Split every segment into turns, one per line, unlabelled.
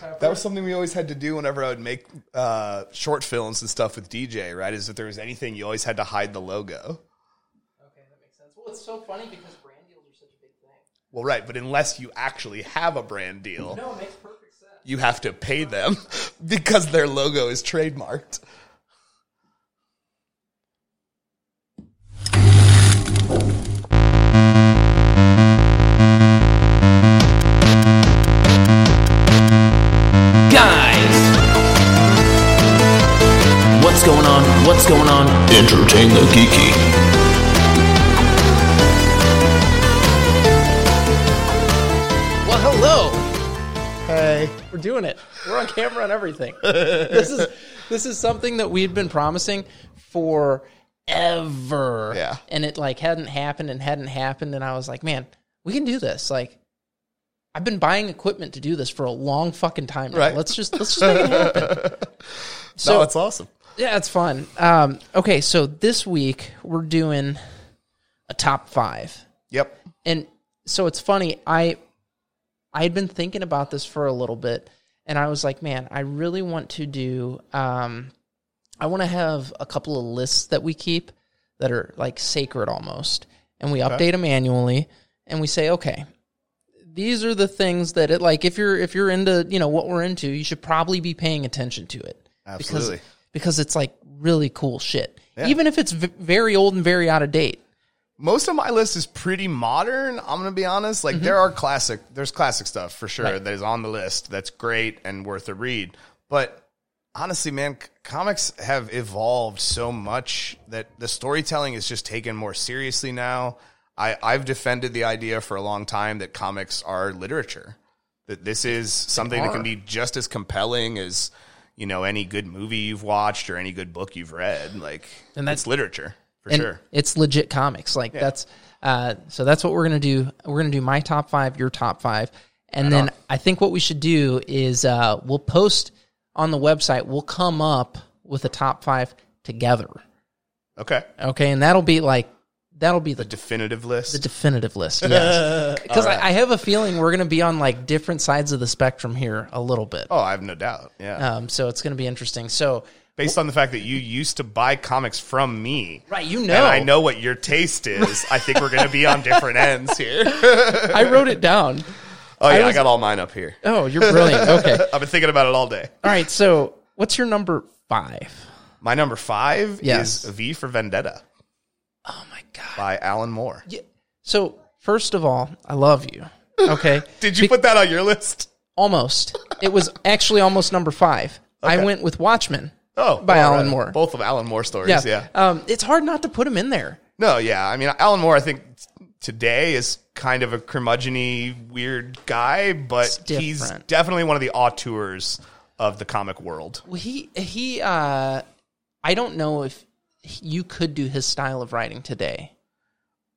That was something we always had to do whenever I would make uh, short films and stuff with DJ, right? Is if there was anything, you always had to hide the logo.
Okay, that makes sense. Well, it's so funny because brand deals are such a big thing.
Well, right, but unless you actually have a brand deal,
No, it makes perfect sense.
you have to pay them because their logo is trademarked.
guys. What's going on? What's going on?
Entertain the geeky.
Well, hello. Hey, we're doing it. We're on camera and everything. this is this is something that we've been promising for ever.
Yeah.
and it like hadn't happened and hadn't happened, and I was like, man, we can do this. Like, I've been buying equipment to do this for a long fucking time. Now.
Right.
Let's just let's just make it happen. So
no, it's awesome.
Yeah, it's fun. Um, okay, so this week we're doing a top five,
Yep.
and so it's funny. I I had been thinking about this for a little bit, and I was like, man, I really want to do. Um, I want to have a couple of lists that we keep that are like sacred almost, and we update them annually, and we say, okay, these are the things that it like if you're if you're into you know what we're into, you should probably be paying attention to it
Absolutely.
because because it's like really cool shit. Even if it's v- very old and very out of date.
most of my list is pretty modern. I'm gonna be honest. Like there are
Mm-hmm.
classic, there's classic stuff for sure that is on the list. That's great and worth a read. But honestly, man, c- comics have evolved so much that the storytelling is just taken more seriously now. I, I've defended the idea for a long time that comics are literature. That this is something that
are.
can be just as compelling as you know any good movie you've watched or any good book you've read. Like and that's literature for
And
sure.
it's legit comics. Like that's uh, so that's what we're gonna do. We're gonna do my top five, your top five, and then I think what we should do is uh, we'll post on the website. We'll come up with a top five together.
Okay.
Okay, and that'll be like that'll be the
definitive list.
the definitive list. Yes, because I, I have a feeling we're gonna be on like different sides of the spectrum here a little bit.
oh, I have no doubt. Yeah.
Um, so it's gonna be interesting. So
Based on the fact that you used to buy comics from me.
Right, you
And
know.
I know what your taste is. I think we're going to be on different ends here.
I wrote it down.
Oh, yeah. I,
was-
got all mine up here.
Oh, you're brilliant. Okay. All
I've been thinking about it all day.
right. So, what's your number five?
My number five
Yes.
is V for Vendetta
Oh my god.
by Alan Moore.
So, first of all, I love you. Okay.
Did you put that on your list?
almost. It was actually almost number five. I
Okay.
went with Watchmen.
Oh,
By
all
Alan Moore.
Both of Alan Moore stories.
Yeah.
yeah.
Um, it's hard not to put him in there.
No, yeah. I mean, Alan Moore, I think t- today is kind of a curmudgeon weird guy, but
It's
he's
different.
definitely one of the auteurs of the comic world.
Well, he he. Uh, I don't know if you could do his style of writing today.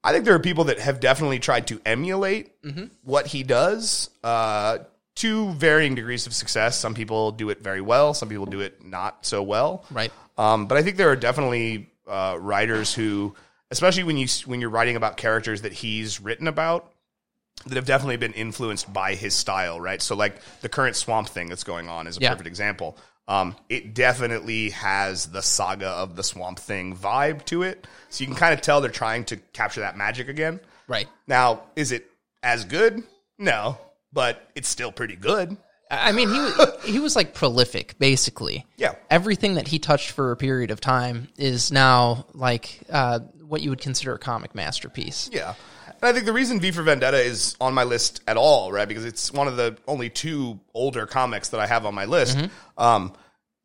I think there are people that have definitely tried to emulate
Mm-hmm.
what he does uh, to varying degrees of success. Some people do it very well, some people do it not so well.
Right.
Um, but I think there are definitely uh, writers who, especially when you when you're writing about characters that he's written about, that have definitely been influenced by his style, right? So like the current Swamp Thing that's going on is a
Yeah.
perfect example. Um, it definitely has the saga of the Swamp Thing vibe to it, so you can kind of tell they're trying to capture that magic again.
Right.
Now, is it as good? No, but it's still pretty good.
I I mean, he wa- he was like prolific, basically.
Yeah.
Everything that he touched for a period of time is now like uh, what you would consider a comic masterpiece.
Yeah. And I think the reason V for Vendetta is on my list at all, right? Because it's one of the only two older comics that I have on my list. Um,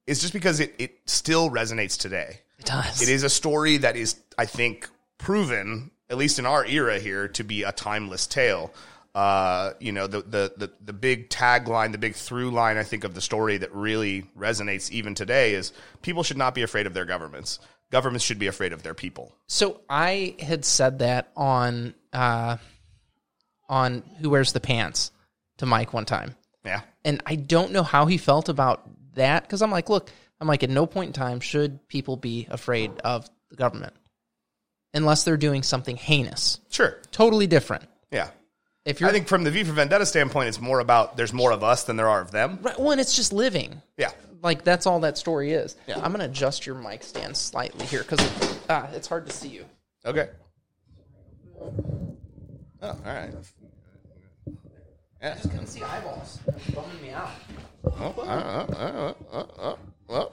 is just because it, it still resonates today.
It does.
It is a story that is, I think, proven, at least in our era here, to be a timeless tale. Uh, you know, the, the, the, the big tagline, the big through line, I think, of the story that really resonates even today is people should not be afraid of their governments. Governments should be afraid of their people.
So I had said that on uh, on Who Wears the Pants to Mike one time,
Yeah.
and I don't know how he felt about that because I'm like, look, I'm like, at no point in time should people be afraid of the government unless they're doing something heinous,
Sure.
totally different.
Yeah.
If you're
I think from the V for Vendetta standpoint, it's more about there's more of us than there are of them.
right, well, and it's just living.
Yeah.
Like that's all that story is. I'm gonna adjust your mic stand slightly here because uh, it's hard to see you.
Okay. Oh, all right. Yeah.
Couldn't see eyeballs. Bumming me out.
Oh, oh, oh, oh, oh, oh, oh.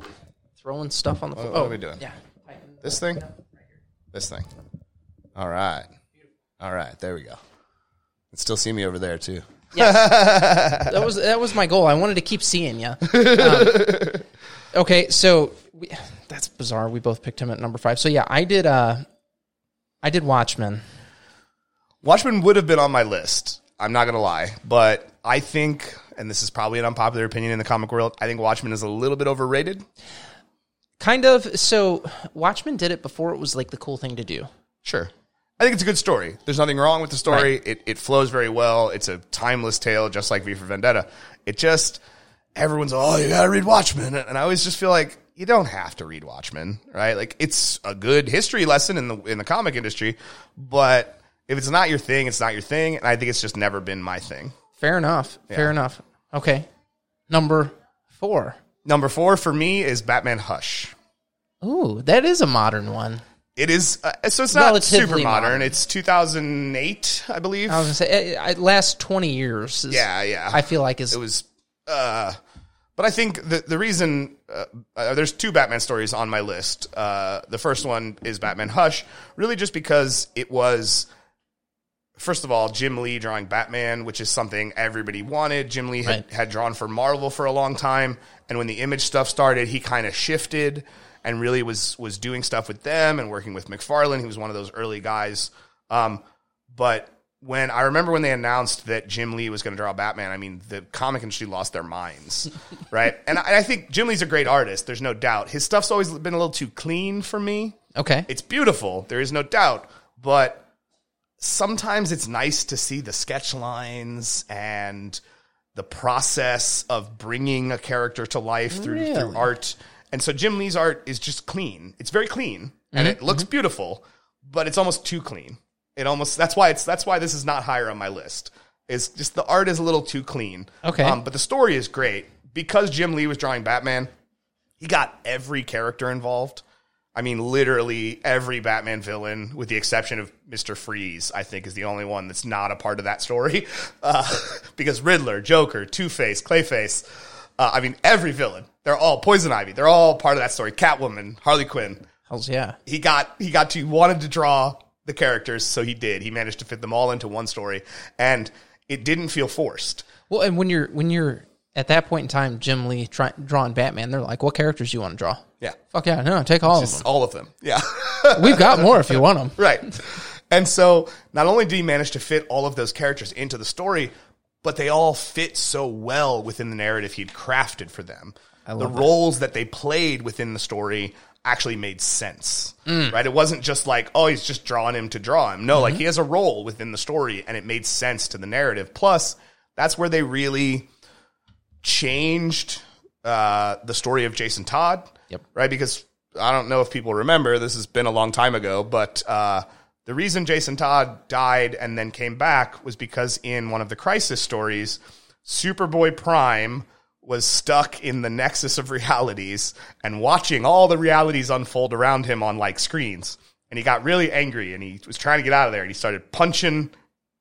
Throwing stuff on the floor.
what are we doing?
Yeah.
This thing? This thing. All right. All right. There we go. You can still see me over there, too.
That was that was my goal. I wanted to keep seeing you. okay, so we, that's bizarre. We both picked him at number five. So yeah, I did. Uh, I did Watchmen.
Watchmen would have been on my list. I'm not going to lie. But I think, and this is probably an unpopular opinion in the comic world, I think Watchmen is a little bit overrated.
Kind of. So Watchmen did it before it was like the cool thing to do.
Sure. I think it's a good story. There's nothing wrong with the story. It, it flows very well. It's a timeless tale, just like V for Vendetta. It just, everyone's, oh, you gotta read Watchmen. And I always just feel like you don't have to read Watchmen, right? Like it's a good history lesson in the, in the comic industry, but if it's not your thing, it's not your thing. And I think it's just never been my thing.
Fair enough. Fair enough. Okay. Number four.
Number four for me is Batman Hush.
Ooh, that is a modern one.
It is, uh, so it's not
Relatively
super modern.
modern.
It's 2008, I believe.
I was gonna say, eh, I, I, last twenty years. Is,
yeah, yeah.
I feel like is
it was uh but I think the the reason uh, uh, there's two Batman stories on my list. Uh, the first one is Batman Hush, really just because it was first of all Jim Lee drawing Batman, which is something everybody wanted. Jim Lee had,
Right.
had drawn for Marvel for a long time, and when the Image stuff started, he kind of shifted and really was was doing stuff with them and working with McFarlane. He was one of those early guys. Um, but when I remember when they announced that Jim Lee was going to draw Batman, I mean, the comic industry lost their minds, right? And I, I think Jim Lee's a great artist. There's no doubt. His stuff's always been a little too clean for me.
okay.
It's beautiful. There is no doubt. But sometimes it's nice to see the sketch lines and the process of bringing a character to life through,
Really?
through art. And so Jim Lee's art is just clean. It's very clean and
Mm-hmm.
it looks beautiful, but it's almost too clean. It almost that's why it's that's why this is not higher on my list. Is just the art is a little too clean.
Okay.
Um, but the story is great because Jim Lee was drawing Batman. He got every character involved. I mean, literally every Batman villain, with the exception of Mister Freeze, I think is the only one that's not a part of that story, uh, because Riddler, Joker, Two Face, Clayface, uh, I mean, every villain, they're all Poison Ivy, they're all part of that story. Catwoman, Harley Quinn,
Hells yeah.
he got he got to he wanted to draw the characters, so he did. He managed to fit them all into one story, and it didn't feel forced.
Well, and when you're when you're at that point in time, Jim Lee try, drawing Batman, they're like, "What characters do you want to draw?"
Yeah,
Fuck yeah, no, take all
Just
of
all of them. Yeah.
them. We've got more if you want them.
right. And so not only did he manage to fit all of those characters into the story, but they all fit so well within the narrative he'd crafted for them. The roles that they played within the story actually made sense. Right? It wasn't just like, oh, he's just drawing him to draw him. No, like he has a role within the story and it made sense to the narrative. Plus, that's where they really changed uh, the story of Jason Todd.
Yep.
Right? Because I don't know if people remember, this has been a long time ago, but uh, the reason Jason Todd died and then came back was because in one of the Crisis stories, Superboy Prime was stuck in the nexus of realities and watching all the realities unfold around him on like screens. And he got really angry and he was trying to get out of there and he started punching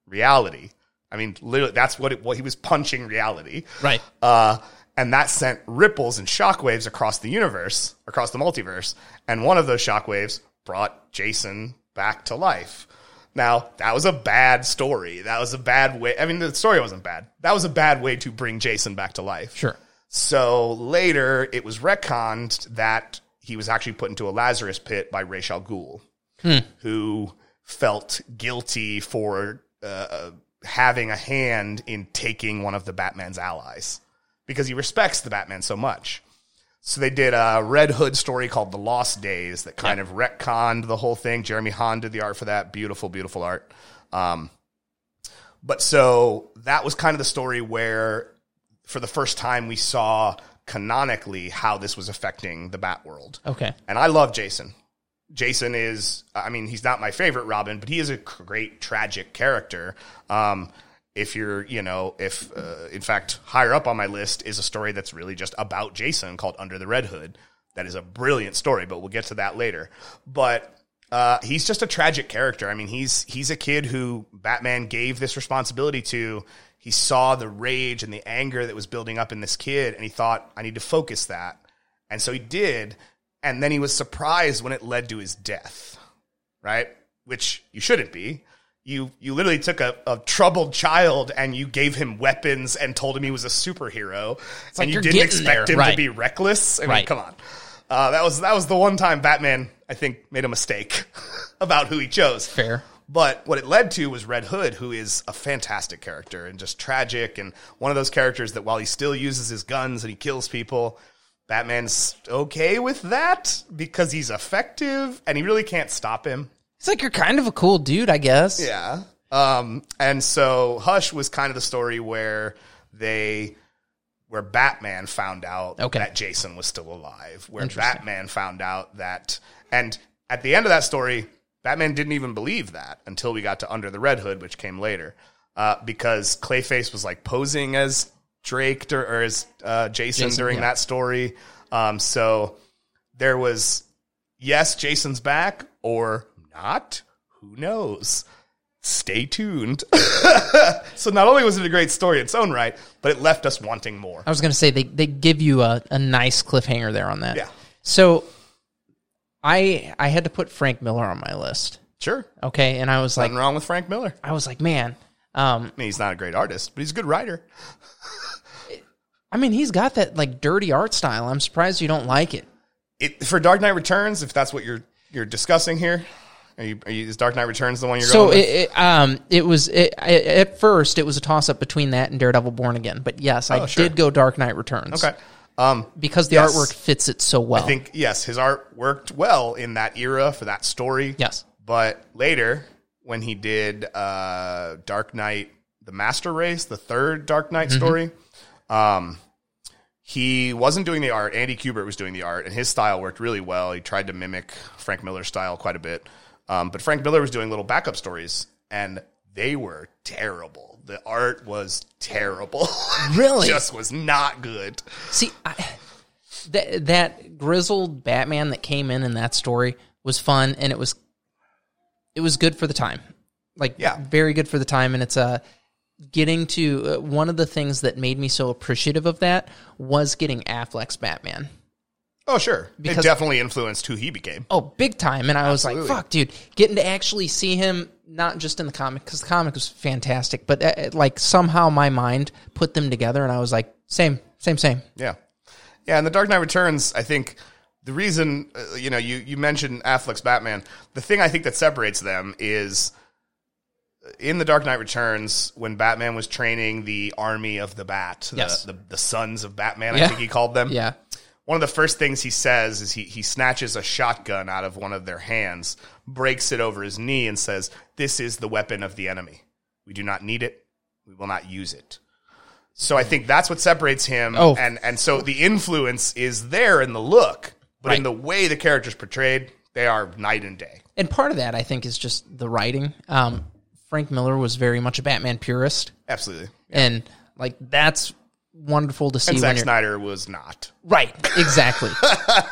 reality. I mean, literally, that's what it, what he was punching reality.
Right.
Uh, and that sent ripples and shockwaves across the universe, across the multiverse. And one of those shockwaves brought Jason back to life. Now, that was a bad story. That was a bad way. I mean, the story wasn't bad. That was a bad way to bring Jason back to life.
Sure.
So later, it was retconned that he was actually put into a Lazarus pit by Ra's al Ghul, who felt guilty for uh, having a hand in taking one of the Batman's allies because he respects the Batman so much. So they did a Red Hood story called The Lost Days that kind of retconned the whole thing. Jeremy Hahn did the art for that. Beautiful, beautiful art. Um, but so that was kind of the story where for the first time we saw canonically how this was affecting the bat world
Okay.
and i love jason jason is i mean he's not my favorite robin but he is a great tragic character um, if you're, you know, if uh, in fact higher up on my list is a story that's really just about Jason called Under the Red Hood. That is a brilliant story, but we'll get to that later. But uh, he's just a tragic character. I mean, he's he's a kid who Batman gave this responsibility to. He saw the rage and the anger that was building up in this kid, and he thought, "I need to focus that." And so he did, and then he was surprised when it led to his death right? Which you shouldn't be. You you literally took a, a troubled child and you gave him weapons and told him he was a superhero,
like
and you
you're
didn't
getting
expect
there,
him to
right.
be reckless. I mean,
Right.
come on. Uh, that was that was the one time Batman I think made a mistake about who he chose.
Fair.
But what it led to was Red Hood, who is a fantastic character and just tragic, and one of those characters that while he still uses his guns and he kills people, Batman's okay with that because he's effective and he really can't stop him.
It's like you're kind of a cool dude, I guess.
Yeah. Um, and so Hush was kind of the story where they where Batman found out
Okay.
that Jason was still alive, where Batman found out that and at the end of that story, Batman didn't even believe that until we got to Under the Red Hood, which came later. Uh, because Clayface was like posing as Drake dur- or as uh, Jason,
Jason,
during
yeah.
that story. Um, so there was yes, Jason's back or not. Who knows? Stay tuned. so not only was it a great story in its own right, but it left us wanting more.
I was gonna say they they give you a, a nice cliffhanger there on that.
Yeah.
So I I had to put Frank Miller on my list.
Sure.
Okay. And I was like
Nothing wrong with Frank Miller.
I was like, man, um,
I mean, he's not a great artist, but he's a good writer.
I mean he's got that like dirty art style. I'm surprised you don't like it.
It, for Dark Knight Returns, if that's what you're you're discussing here, are you, are you, is Dark Knight Returns the one you're
So
going? with?
it, it, um, it was it, I at first it was a toss up between that and Daredevil Born Again, but yes, I
Oh, sure.
did go Dark Knight Returns.
okay. Um,
because the
Yes.
artwork fits it so well.
I think yes, his art worked well in that era for that story.
Yes.
but later when he did uh, Dark Knight, the Master Race, the third Dark Knight
Mm-hmm.
story, um, he wasn't doing the art. Andy Kubert was doing the art, and his style worked really well. He tried to mimic Frank Miller's style quite a bit, um, but Frank Miller was doing little backup stories, and they were terrible. The art was terrible.
Really?
just was not good.
See, I, that that grizzled Batman that came in in that story was fun, and it was it was good for the time, like
Yeah.
very good for the time, and it's uh, getting to uh, one of the things that made me so appreciative of that was getting Affleck's Batman.
Oh sure, it
Because-
definitely influenced who he became.
Oh, big time. And I was
Absolutely.
like, fuck, dude, getting to actually see him, not just in the comic, because the comic was fantastic, but uh, uh, like somehow my mind put them together. And I was like, same, same, same.
Yeah, yeah. And the Dark Knight Returns, I think the reason uh, you know you you mentioned Affleck's Batman, the thing I think that separates them is uh, in the Dark Knight Returns when Batman was training the army of the Bat, the
Yes.
the, the sons of Batman, I
Yeah.
think he called them.
Yeah.
One of the first things he says is he, he snatches a shotgun out of one of their hands, breaks it over his knee, and says, This is the weapon of the enemy. We do not need it. We will not use it. So I think that's what separates him.
Oh.
And, and so the influence is there in the look, but in
Right.
the way the character's portrayed, they are night and day.
And part of that, I think, is just the writing. Um, Frank Miller was very much a Batman purist.
Absolutely.
And like, that's wonderful to see
And
when
Zack
you're.
Snyder was not.
Right, exactly.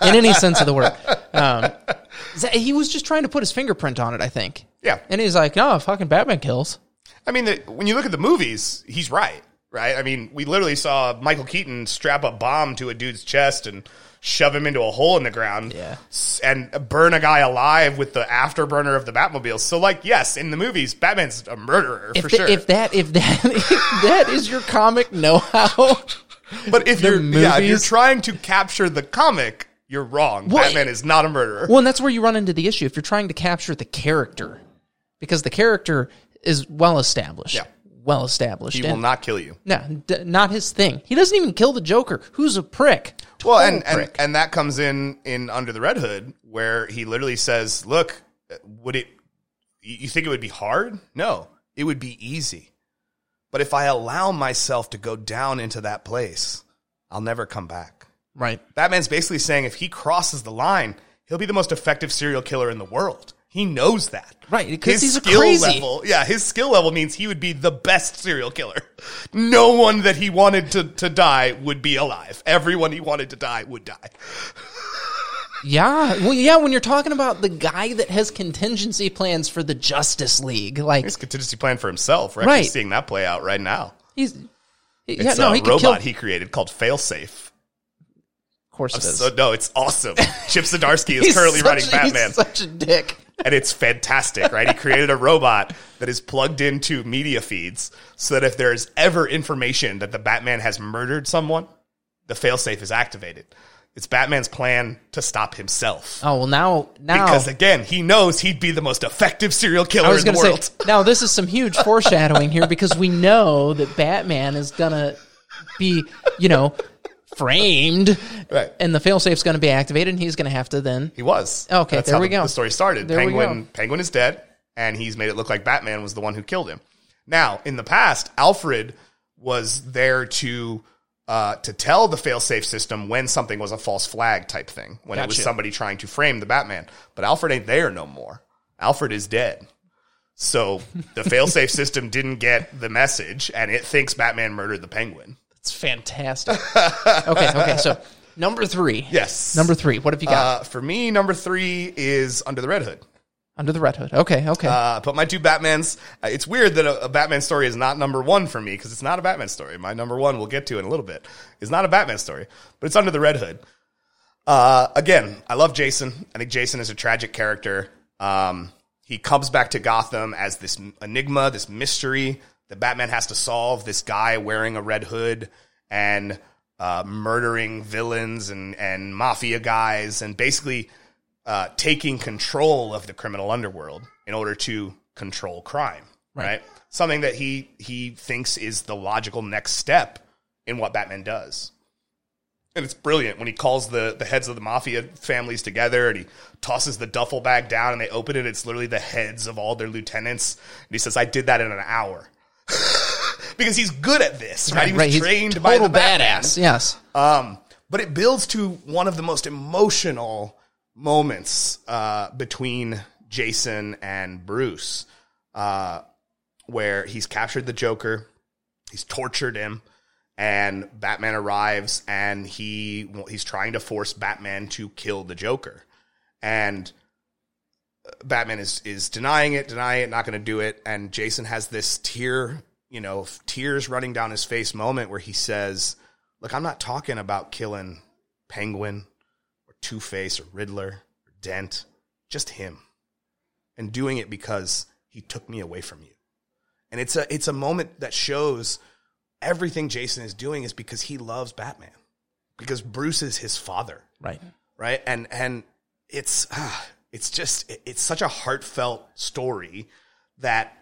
In any sense of the word. Um, Z- he was just trying to put his fingerprint on it, I think.
Yeah.
And he's like, no, fucking Batman kills.
I mean, the, when you look at the movies, he's right, right? I mean, we literally saw Michael Keaton strap a bomb to a dude's chest and shove him into a hole in the ground
Yeah.
s- and burn a guy alive with the afterburner of the Batmobile. So, like, yes, in the movies, Batman's a murderer
if,
for
tha-
sure.
if that if that if that is your comic know-how
but if you're, yeah, if you're
movies-
trying to capture the comic, you're wrong.
Well,
Batman is not a murderer.
well and that's where you run into the issue if you're trying to capture the character because the character is well established
Yeah.
well established
he
and-
will not kill you.
no d- not his thing he doesn't even kill the joker who's a prick
well and,
Total
and and that comes in in under the red hood where he literally says look would it you you think it would be hard no it would be easy but if i allow myself to go down into that place i'll never come back
right
batman's basically saying if he crosses the line he'll be the most effective serial killer in the world He knows that.
Right, 'cause
His
he's a crazy.
level. Yeah, his skill level means he would be the best serial killer. No one that he wanted to, to die would be alive. Everyone he wanted to die would die.
Yeah. Well, yeah, when you're talking about the guy that has contingency plans for the Justice League, like
His contingency plan for himself. We're actually
Right.
seeing that play out right now.
he's he- yeah,
It's
no,
a
he could
robot
kill
he created called Failsafe.
of course it is.
So no, it's awesome. Chip Zdarsky is
He's
currently
such-
running Batman.
He's such a dick.
and it's fantastic, right? He created a robot that is plugged into media feeds so that if there is ever information that the Batman has murdered someone, the failsafe is activated. It's Batman's plan to stop himself.
Oh well, now now
Because again, he knows he'd be the most effective serial
I
killer
was
in the
going to
world.
say now this is some huge foreshadowing here because we know that Batman is going to be you know framed
Right.
and the failsafe's going to be activated and he's going to have to then
He was.
Oh, Okay,
That's
there
how
we
the,
go.
The story started.
There we
Penguin
go.
Penguin is dead, and he's made it look like Batman was the one who killed him. Now, in the past, Alfred was there to uh, to tell the failsafe system when something was a false flag type thing, when it was
Gotcha.
somebody trying to frame the Batman. But Alfred ain't there no more. Alfred is dead. So the failsafe system didn't get the message, and it thinks Batman murdered the Penguin.
it's fantastic. okay, okay, so number 3.
Yes.
Number 3. What have you got?
uh, for me, number three is Under the Red Hood.
Under the Red Hood. Okay, okay.
Uh, but my two Batmans, uh, it's weird that a, a Batman story is not number one for me because it's not a Batman story. My number one, we'll get to in a little bit, is not a Batman story, but it's under the Red Hood. Uh, again, I love Jason. I think Jason is a tragic character. Um, he comes back to Gotham as this m- enigma, this mystery that Batman has to solve. This guy wearing a red hood and uh, murdering villains and and mafia guys, and basically uh, taking control of the criminal underworld in order to control crime. Right. Something that he he thinks is the logical next step in what Batman does and it's brilliant when he calls the, the heads of the mafia families together and he tosses the duffel bag down and they open it. It's literally the heads of all their lieutenants. And he says, I did that in an hour. because he's good at this, right? He was
right, he's
trained by
total
the Batman.
badass. Yes.
Um, but it builds to one of the most emotional moments uh, between Jason and Bruce, uh, where he's captured the Joker, he's tortured him, and Batman arrives, and he he's trying to force Batman to kill the Joker, and uh, Batman is is denying it, denying it, not going to do it, and Jason has this tear, you know, f- tears running down his face moment where he says, "Look, I'm not talking about killing Penguin or Two Face or Riddler or Dent, just him, and doing it because he took me away from you." And it's a it's a moment that shows everything Jason is doing is because he loves Batman, because Bruce is his father
Right.
right and and it's ah, it's just it- it's such a heartfelt story that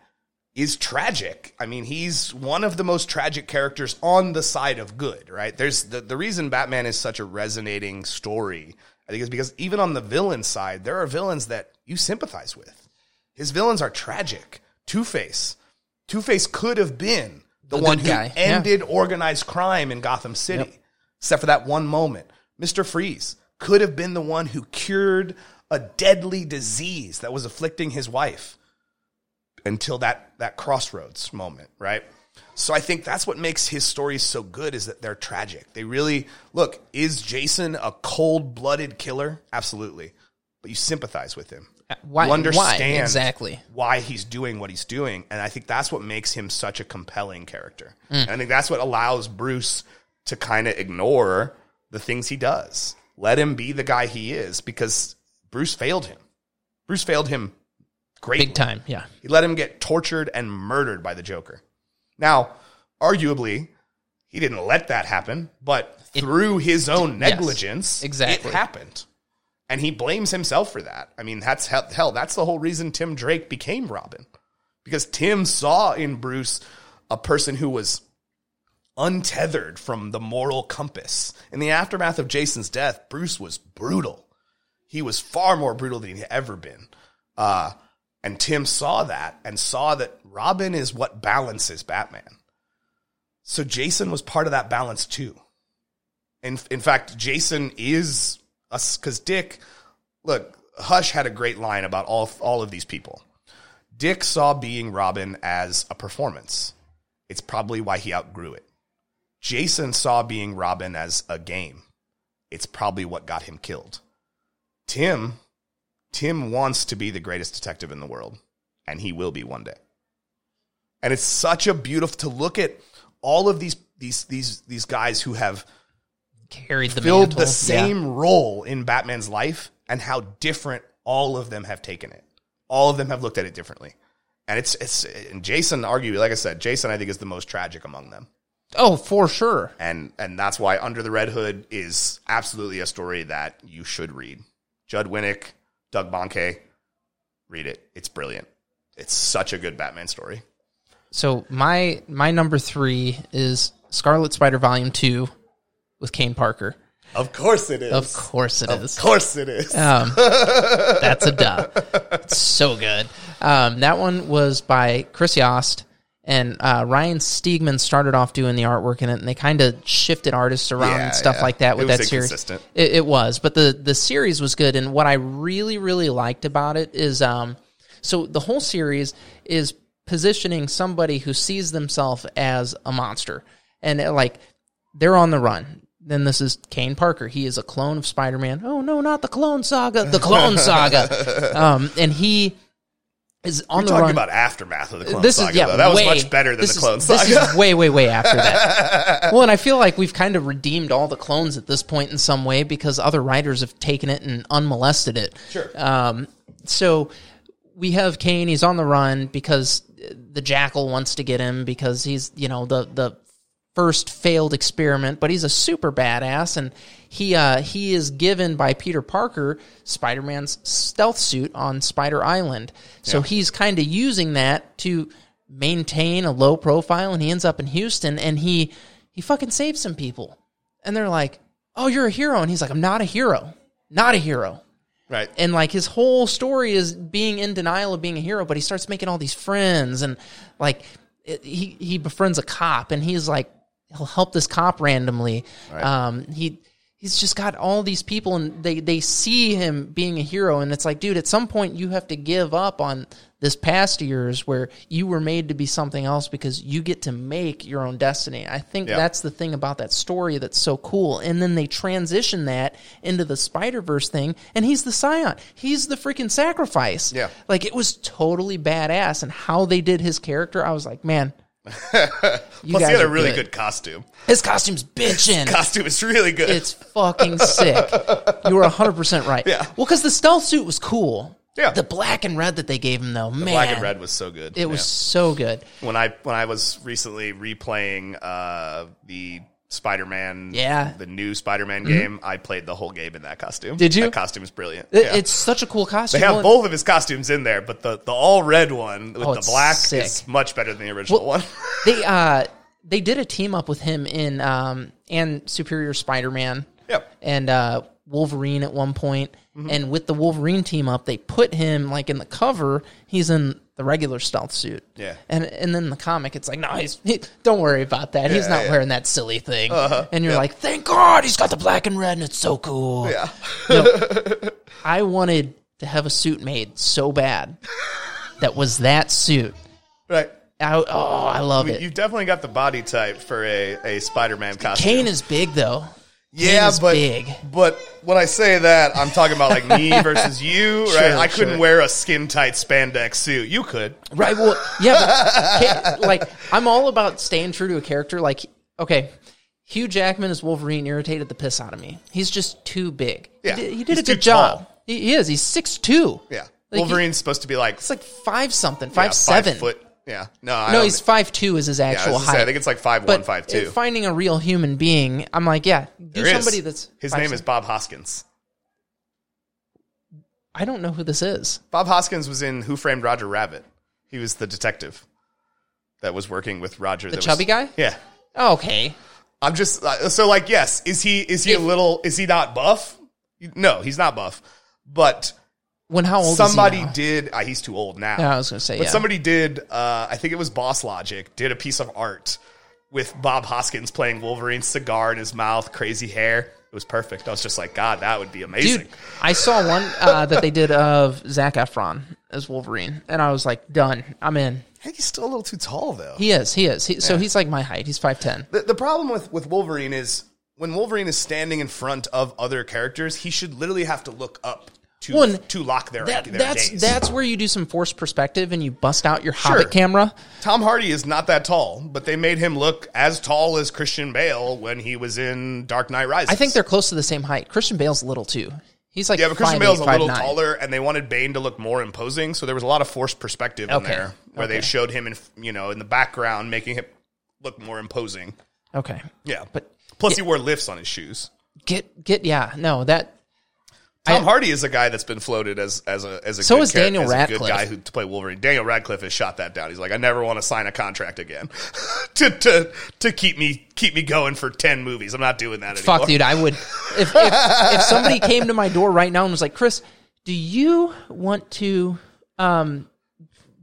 is tragic i mean he's one of the most tragic characters on the side of good right there's the, the reason batman is such a resonating story i think is because even on the villain side there are villains that you sympathize with his villains are tragic two-face two-face could have been the,
The
one
good
who
guy, yeah.
ended did organized crime in Gotham City, except for that one moment. Mr. Freeze could have been the one who cured a deadly disease that was afflicting his wife until that, that crossroads moment, right? So I think that's what makes his stories so good is that they're tragic. They really look, is Jason a cold blooded killer? Absolutely. But you sympathize with him.
Why?
You understand
Why? Exactly.
why he's doing what he's doing. And I think that's what makes him such a compelling character. And I think that's what allows Bruce to kind of ignore the things he does. Let him be the guy he is because Bruce failed him. Bruce failed him greatly.
Big time. Yeah.
He let him get tortured and murdered by the Joker. Now, arguably, he didn't let that happen, but through his own
yes,
negligence,
exactly.
it happened. And he blames himself for that. I mean, that's hell, hell, that's the whole reason Tim Drake became Robin. Because Tim saw in Bruce a person who was untethered from the moral compass. In the aftermath of Jason's death, Bruce was brutal. He was far more brutal than he'd ever been. Uh, and Tim saw that and saw that Robin is what balances Batman. So Jason was part of that balance too. In in fact, Jason is us because Dick. Look, Hush had a great line about all all of these people. Dick saw being Robin as a performance. It's probably why he outgrew it. Jason saw being Robin as a game. It's probably what got him killed. Tim Tim wants to be the greatest detective in the world, and he will be one day. And it's such a beautiful to look at all of these these these these guys who have
Carried the
filled
mantle.
the
Yeah.
same role in Batman's life and how different all of them have taken it. All of them have looked at it differently. And it's it's and Jason arguably like I said, Jason I think is the most tragic among them.
Oh, for sure.
And and that's why Under the Red Hood is absolutely a story that you should read. Judd Winnick, Doug Bonke, read it. It's brilliant. It's such a good Batman story.
So my my number three is Scarlet Spider Volume Two with Kane Parker.
Of course it is.
Of course it is.
Of course it is.
Um, that's a duh. It's so good. Um, that one was by Chris Yost and uh, Ryan Stiegman started off doing the artwork in it, and they kind of shifted artists around
Yeah,
and stuff
yeah.
like that
It
with
was
that series.
inconsistent.
It, it was, but the the series was good. And what I really really liked about it is, um, so the whole series is positioning somebody who sees themselves as a monster, and uh, like they're on the run. Then this is Kane Parker. He is a clone of Spider Man. Oh no, not the Clone Saga! The Clone Saga. Um, and he is on the
Talking
run.
about aftermath of the Clone
this
Saga,
is yeah,
though. that
way-
was much better than
this
the
is-
Clone Saga.
This is way, way, way after that. well, and I feel like we've kind of redeemed all the clones at this point in some way because other writers have taken it and unmolested it. Sure. Um, so we have Kane. He's on the run because the Jackal wants to get him because he's you know the the first failed experiment, but he's a super badass, and he uh, he is given by Peter Parker Spider Man's stealth suit on Spider Island. So he's kind of using that to maintain a low profile, and he ends up in Houston, and he he fucking saves some people, and they're like, "Oh, you're a hero," and he's like, "I'm not a hero, not a hero."
right.
and like his whole story is being in denial of being a hero but he starts making all these friends and like it, he he befriends a cop and he's like he'll help this cop randomly um he he's just got all these people and they they see him being a hero and it's like dude at some point you have to give up on this past years where you were made to be something else because you get to make your own destiny i think
Yeah.
that's the thing about that story that's so cool and then they transition that into the spider-verse thing and he's the scion he's the freaking sacrifice
Yeah.
like it was totally badass and how they did his character i was like man you
Plus,
guys
he had a
are
really good costume.
his costume's bitching
Costume is really good.
it's fucking sick. You were 100% right.
Yeah.
Well, because the stealth suit was cool.
Yeah.
The black and red that they gave him, though, man.
Black and red was so good.
It was so good.
when I when I was recently replaying uh, the Spider Man,
Yeah. Mm-hmm.
the new Spider Man game. I played the whole game in that costume.
Did you?
That costume is brilliant.
It-
Yeah.
It's such a cool costume.
they have
Well,
both of his costumes in there, but the, the all red one with
Oh,
the
it's
black
sick.
is much better than the original one.
They, uh, they did a team up with him in um, and Superior Spider Man.
Yep.
And uh, Wolverine at one point.
Mm-hmm.
And with the Wolverine team up, they put him like in the cover. He's in the regular stealth suit.
Yeah.
And and then the comic, it's like, no, he's he, don't worry about that. he's not wearing that silly thing.
Uh-huh.
And you're like, thank God he's got the black and red, and it's so cool.
Yeah.
No, I wanted to have a suit made so bad that was that suit.
right.
I, oh, I love it.
You've definitely got the body type for a, a Spider Man costume.
Kane is big though.
yeah,
is
but
big.
but when I say that, I'm talking about like me versus you, right?
Sure,
I couldn't
sure.
wear a skin tight spandex suit. You could.
Right. Well, yeah, but Ka- like I'm all about staying true to a character. Like, okay, Hugh Jackman as Wolverine irritated the piss out of me. He's just too big.
Yeah,
he did, he did
he's
a good
too
job.
tall.
He, he is. He's six two.
Yeah.
Like,
Wolverine's supposed to be like
It's like five something,
yeah,
five seven.
foot. Yeah. No, I
no,
don't-
he's five two is his
yeah, I,
actual
was gonna
height.
say, I think it's like five one,
but
five two.
if finding a real human being, I'm like, yeah, do
There is.
somebody that's
his
five
name is
seven.
Bob Hoskins.
I don't know who this is.
Bob Hoskins was in Who Framed Roger Rabbit. He was the detective that was working with Roger. The
chubby guy?
Yeah.
Oh, Okay,
I'm just uh, so like yes. Is he is he a
If-
little? Is he not buff? No, he's not buff. But
when how old
somebody
is he now?
did. Uh, he's too old now.
Yeah, I was gonna say
But
yeah.
somebody did. Uh, I think it was Boss Logic did a piece of art with Bob Hoskins playing Wolverine, cigar in his mouth, crazy hair. It was perfect. I was just like, God, that would be amazing.
Dude, I saw one uh, that they did of Zach Efron as Wolverine, and I was like, done. I'm in.
I think he's still a little too tall though.
He is. He is. He, so he's like my height. He's 5'10.
The, the problem with, with Wolverine is when Wolverine is standing in front of other characters, he should literally have to look up to
Well, and
to lock their,
That,
their
that's
gaze.
that's where you do some forced perspective and you bust out your
Sure.
Hobbit camera.
Tom Hardy is not that tall, but they made him look as tall as Christian Bale when he was in Dark Knight Rises.
I think they're close to the same height. Christian Bale's little too. He's like
yeah, but Christian
5'8",
Bale's a little
5'9".
taller, and they wanted Bane to look more imposing, so there was a lot of forced perspective in
Okay.
there where they showed him in you know in the background, making him look more imposing.
Okay,
Yeah,
but
plus he wore lifts on his shoes.
get get yeah no that
Tom Hardy is a guy that's been floated as as a as a
So
good
is
char-
Daniel
as a
Radcliffe.
good guy who to play Wolverine. Daniel Radcliffe has shot that down. He's like, I never want to sign a contract again to to to keep me keep me going for ten movies. I'm not doing that anymore.
fuck dude I would if if, if somebody came to my door right now and was like Chris do you want to um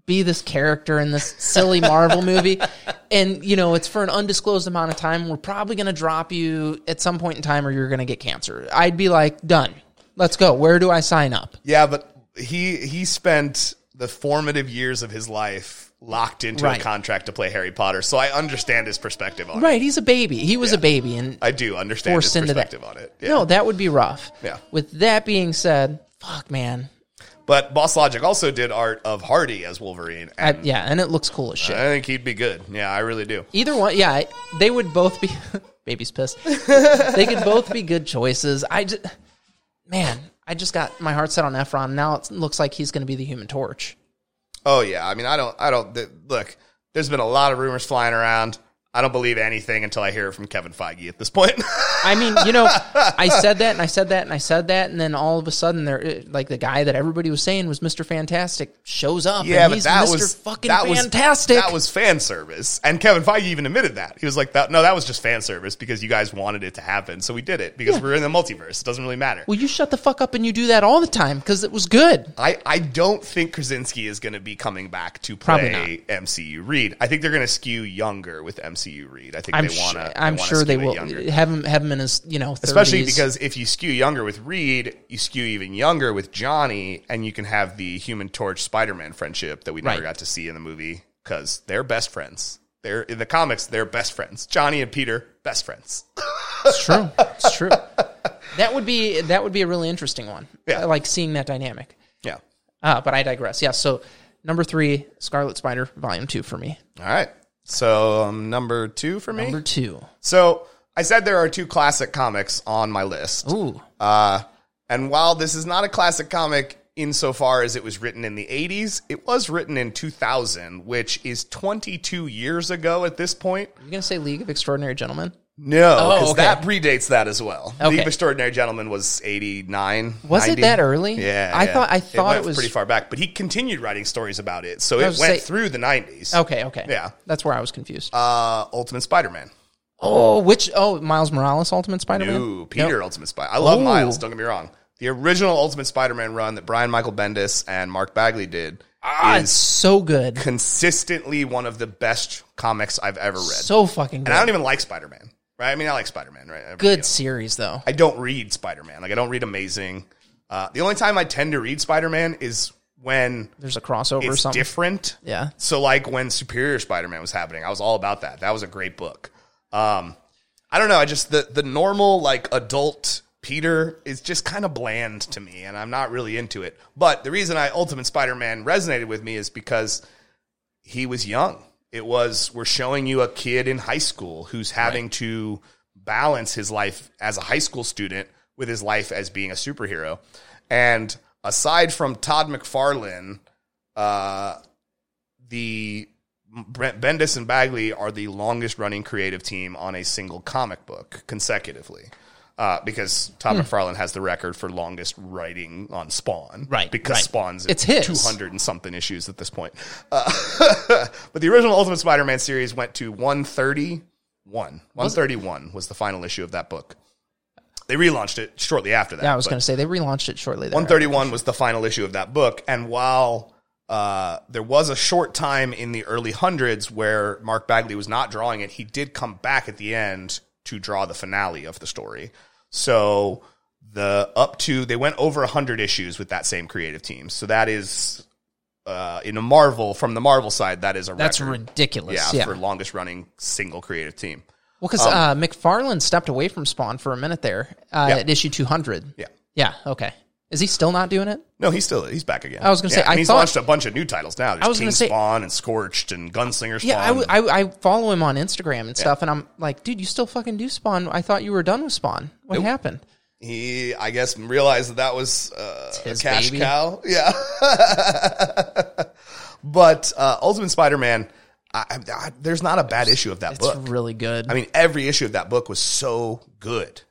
be this character in this silly Marvel movie and you know it's for an undisclosed amount of time we're probably gonna drop you at some point in time or you're gonna get cancer I'd be like done let's go where do I sign up
Yeah, but he he spent the formative years of his life locked into
Right.
a contract to play Harry Potter, so I understand his perspective on it.
right he's a baby he was a baby and
I do understand his
Forced into that.
perspective on it. Yeah.
No, that would be rough.
Yeah.
With that being said, fuck, man.
But Boss Logic also did art of Hardy as Wolverine,
I,
and
yeah, and it looks cool as shit.
I think he'd be good. Yeah, I really do.
Either one, yeah, I- they would both be. baby's pissed. they could both be good choices. I just, man, I just got my heart set on Efron. Now it looks like he's going to be the Human Torch.
Oh yeah, I mean, I don't, I don't th- look. There's been a lot of rumors flying around. I don't believe anything until I hear it from Kevin Feige at this point.
I mean, you know, I said that and I said that and I said that, and then all of a sudden, there, it- like the guy that everybody was saying was Mister Fantastic shows up. and he's Mr. fucking fantastic.
Was, that was fan service, and Kevin Feige even admitted that he was like, that, "No, that was just fan service because you guys wanted it to happen, so we did it because we're in the multiverse. It doesn't really matter."
Well, you shut the fuck up and you do that all the time because it was good.
I, I don't think Krasinski is going to be coming back to play
Probably
MCU Reed. I think they're going to skew younger with MCU Reed. I think
I'm
they want
sure.
to.
I'm sure they will
Younger.
have him have him in his you know, 30s.
Especially because if you skew younger with Reed, you skew even younger with Johnny, and you can have the Human Torch Spider Man friendship that we never
Right.
got to see in the movie because they're best friends. They're in the comics, they're best friends. Johnny and Peter, best friends.
it's true, it's true. That would be that would be a really interesting one.
Yeah.
I like seeing that dynamic.
Yeah.
Uh, but I digress. Yeah. So number three, Scarlet Spider, Volume Two for me.
All right. So um, number two for me.
Number two.
so I said there are two classic comics on my list.
Ooh,
Uh, and while this is not a classic comic insofar as it was written in the 80s, it was written in 2000, which is 22 years ago at this point.
you gonna say League of Extraordinary Gentlemen?
No,
Oh,
because
okay.
that predates that as well.
Okay.
League of Extraordinary Gentlemen was 89.
Was it
90.
that early?
Yeah.
I
yeah.
thought- I thought
went
it was-
pretty far back, but he continued writing stories about it. So
was
it went
gonna say- Oh.
through the 90s.
Okay, okay.
Yeah.
that's where I was confused.
Uh, Ultimate Spider Man.
oh, which? Oh, Miles Morales, Ultimate Spider-Man.
No,
Nope.
Peter Ultimate Spider. I love
Ooh.
Miles. Don't get me wrong. The original Ultimate Spider-Man run that Brian Michael Bendis and Mark Bagley did
Ah, it's
is
so good,
consistently one of the best comics I've ever read.
so fucking
and I
good.
don't even like Spider-Man. Right? I mean, I like Spider-Man. Right? Everybody
Good
knows.
series though.
I don't read Spider-Man. Like I don't read Amazing. Uh, the only time I tend to read Spider-Man is when
There's a crossover or
it's
something.
different.
Yeah.
So like when Superior Spider-Man was happening, I was all about that. That was a great book. Um, I don't know. I just the the normal like adult Peter is just kind of bland to me, and I'm not really into it. But the reason I Ultimate Spider-Man resonated with me is because he was young. It was we're showing you a kid in high school who's having to balance his life as a high school student with his life as being a superhero. And aside from Todd McFarlane, uh, the Brent Bendis and Bagley are the longest running creative team on a single comic book consecutively. Uh, because
Hmm.
Todd McFarlane has the record for longest writing on Spawn,
Right,
Because
right.
Spawn's
It's his.
two hundred and something issues at this point. Uh, but the original Ultimate Spider-Man series went to one thirty one. One thirty one was the final issue of that book. They relaunched it shortly after that.
Yeah, I was
but-
going to say they relaunched it shortly. There.
131 was the final issue of that book. And while uh, there was a short time in the early hundreds where Mark Bagley was not drawing it, he did come back at the end to draw the finale of the story. So the up to they went over 100 issues with that same creative team. So that is uh, in a Marvel from the Marvel side that is a
That's
record.
ridiculous.
yeah,
Yeah.
for longest running single creative team. Um,
well, because uh, McFarlane stepped away from Spawn for a minute there uh,
Yeah.
at issue 200.
Yeah.
Yeah. Okay. Is he still not doing it?
No, he's still he's back again.
I was gonna say,
and
I
he's
thought-
launched a bunch of new titles now. There's
was
King
gonna say-
Spawn and Scorched and Gunslinger Spawn.
Yeah, I, w- I, I follow him on Instagram and stuff, and I'm like, dude, you still fucking do Spawn? I thought you were done with Spawn. What happened?
he I guess realized that that was uh, a
his
cash
baby.
cow. Yeah. but uh, Ultimate Spider-Man, I, I, I- there's not a bad issue of that
It's
book.
really good.
I mean, every issue of that book was so good.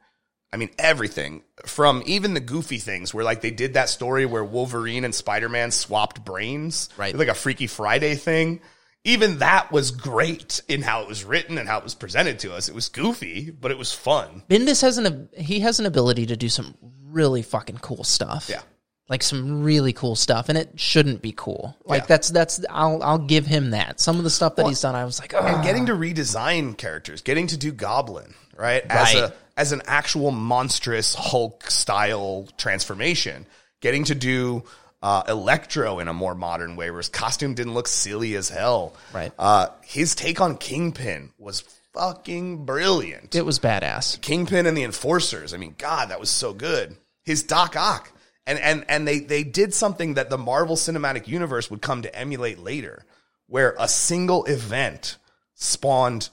I mean, everything from even the goofy things where like they did that story where Wolverine and Spider Man swapped brains,
Right.
Like a Freaky Friday thing. Even that was great in how it was written and how it was presented to us. It was goofy, but it was fun.
Bendis has an ab- he has an ability to do some really fucking cool stuff.
Yeah.
Like some really cool stuff, and it shouldn't be cool. Like
Yeah.
that's that's I'll I'll give him that. Some of the stuff that he's done, I was like, oh,
and getting to redesign characters, getting to do Goblin, right? As
Right.
a as an actual monstrous Hulk style transformation, getting to do uh, Electro in a more modern way, where his costume didn't look silly as hell.
Right.
Uh, his take on Kingpin was fucking brilliant.
it was badass.
Kingpin and the Enforcers. I mean, God, that was so good. His Doc Ock. And and and they they did something that the Marvel Cinematic Universe would come to emulate later, where a single event spawned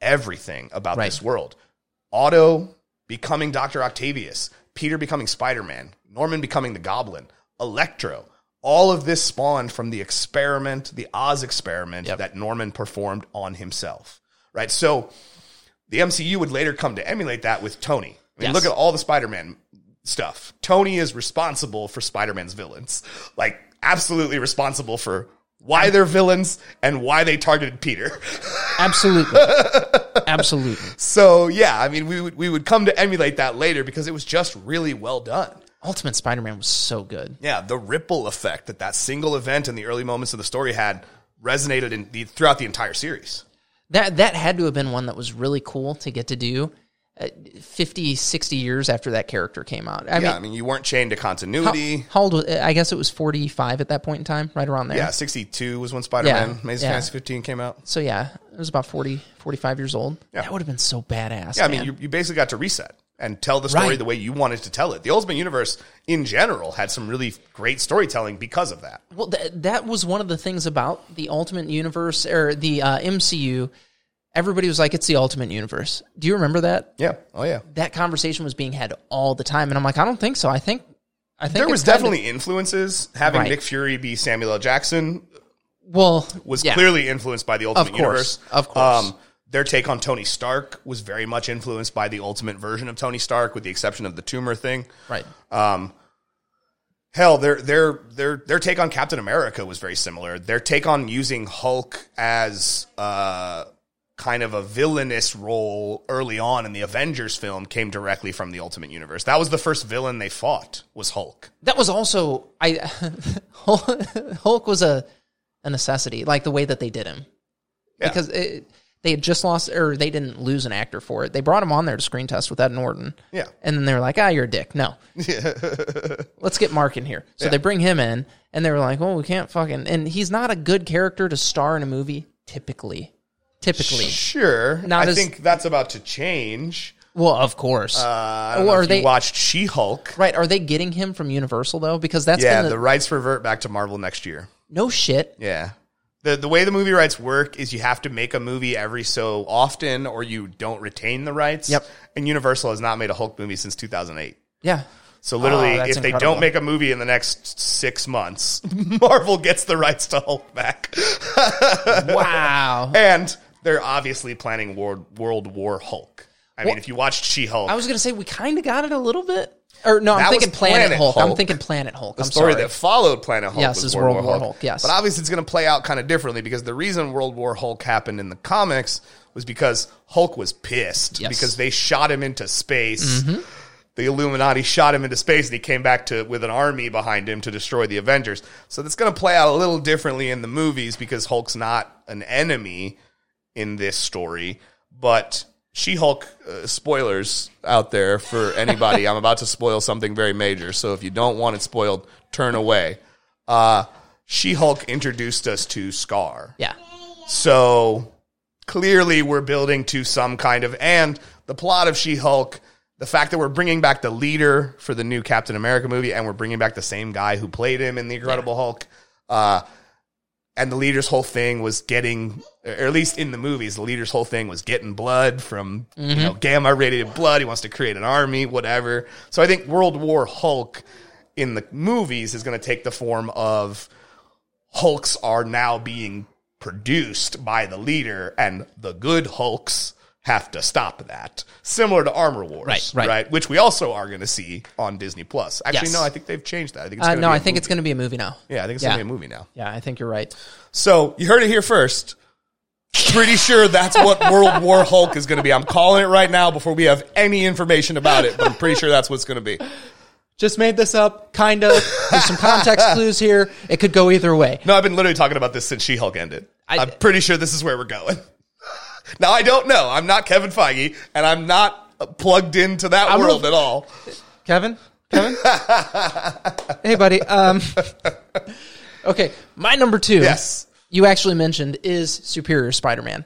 everything about
Right.
this world. Otto becoming Dr. Octavius, Peter becoming Spider-Man, Norman becoming the Goblin, Electro. All of this spawned from the experiment, the Oz experiment that Norman performed on himself. Right? So the MCU would later come to emulate that with Tony. I mean,
Yes.
look at all the Spider-Man stuff. Tony is responsible for Spider-Man's villains, like absolutely responsible for why they're villains and why they targeted Peter.
Absolutely, absolutely.
So yeah, I mean, we would we would come to emulate that later because it was just really well done.
Ultimate Spider-Man was so good.
Yeah, the ripple effect that that single event in the early moments of the story had resonated in the, throughout the entire series.
that that had to have been one that was really cool to get to do uh, 50 60 years after that character came out i
yeah, I
mean
mean, you weren't chained to continuity.
how, how old was, i guess it was 45 at that point in time right around there
yeah, sixty two was when Spider Man
Yeah,
Amazing
yeah.
Fantasy fifteen came out.
so yeah it was about 40 45 years old that would have been so badass
Yeah, I
man.
mean, you, you basically got to reset and tell the story
Right.
the way you wanted to tell it. The Ultimate Universe in general had some really great storytelling because of that.
well th- that was one of the things about the ultimate universe or the uh, mcu everybody was like it's the ultimate universe do you remember that
Yeah. Oh yeah.
that conversation was being had all the time and i'm like i don't think so i think i think
There
it's
was
kinda-
definitely influences. Having
Right.
Nick Fury be Samuel L. Jackson
well
was
yeah.
clearly influenced by the Ultimate
course,
Universe. Um,
of course.
their take on Tony Stark was very much influenced by the Ultimate version of Tony Stark, with the exception of the tumor thing.
right
Um, hell, their their their their take on Captain America was very similar. Their take on using Hulk as uh, kind of a villainous role early on in the Avengers film came directly from the Ultimate Universe. That was the first villain they fought was Hulk.
that was also I Hulk Hulk was a a necessity, like the way that they did him,
Yeah.
because it, they had just lost or they didn't lose an actor for it. They brought him on there to screen test with Ed Norton,
Yeah.
and then they were like, "Ah, you're a dick. No, let's get Mark in here." So they bring him in, and they were like, "Oh, we can't fucking." And he's not a good character to star in a movie typically. Typically,
Sure,
Now
I
does-
think that's about to change.
well, of course,
Uh,
Or
or
they-
they watched She Hulk.
right? Are they getting him from Universal though? Because that's
Yeah,
been
the
the,
rights revert back to Marvel next year.
no shit.
Yeah. The, the way the movie rights work is you have to make a movie every so often or you don't retain the rights.
Yep.
And Universal has not made a Hulk movie since 2008.
Yeah,
So literally,
Oh, that's
if they
incredible.
don't make a movie in the next six months, Marvel gets the rights to Hulk back.
wow.
and they're obviously planning World, World War Hulk. I mean, if you watched She Hulk,
I was gonna say we kind of got it a little bit. Or no, I'm
That was
thinking Planet,
Planet
Hulk. I'm
Hulk.
thinking Planet Hulk. I'm
the story
sorry.
that followed Planet Hulk
Yes,
was
is
World, War Hulk.
yes.
But obviously it's going to play out kind of differently because the reason World War Hulk happened in the comics was because Hulk was pissed
Yes. Mm-hmm.
because they shot him into space. The Illuminati shot him into space and he came back to with an army behind him to destroy the Avengers. So that's going to play out a little differently in the movies because Hulk's not an enemy in this story, but She Hulk uh, spoilers out there for anybody. I'm about to spoil something very major, so if you don't want it spoiled, turn away. Uh, she Hulk introduced us to Scar.
Yeah.
So clearly, we're building to some kind of. And the plot of She Hulk, the fact that we're bringing back the leader for the new Captain America movie, and we're bringing back the same guy who played him in The Incredible Hulk. Uh, and the leader's whole thing was getting, or at least in the movies, the leader's whole thing was getting blood from you
Mm-hmm.
know gamma radiated blood. He wants to create an army, whatever. So I think World War Hulk in the movies is going to take the form of Hulks are now being produced by the leader, and the good Hulks have to stop that. Similar to Armor Wars,
Right, right.
Which we also are going to see on Disney Plus. Actually,
Yes.
no, I think they've changed that. I think it's
Uh,
gonna
no,
be a
I think
movie.
it's going to be a movie now.
yeah, I think it's
yeah.
going to be a movie now.
Yeah, I think you're right.
So you heard it here first. Pretty sure that's what World War Hulk is going to be. I'm calling it right now before we have any information about it, but I'm pretty sure that's what's going to be.
Just made this up, kind of. There's some context clues here. It could go either way.
No, I've been literally talking about this since She Hulk ended.
I-
I, am pretty sure this is where we're going. now, I don't know. I'm not Kevin Feige, and I'm not uh, plugged into that
gonna-
world at all.
Kevin? Kevin? hey, buddy. Um, okay, my number two.
Yes.
You actually mentioned is Superior Spider Man.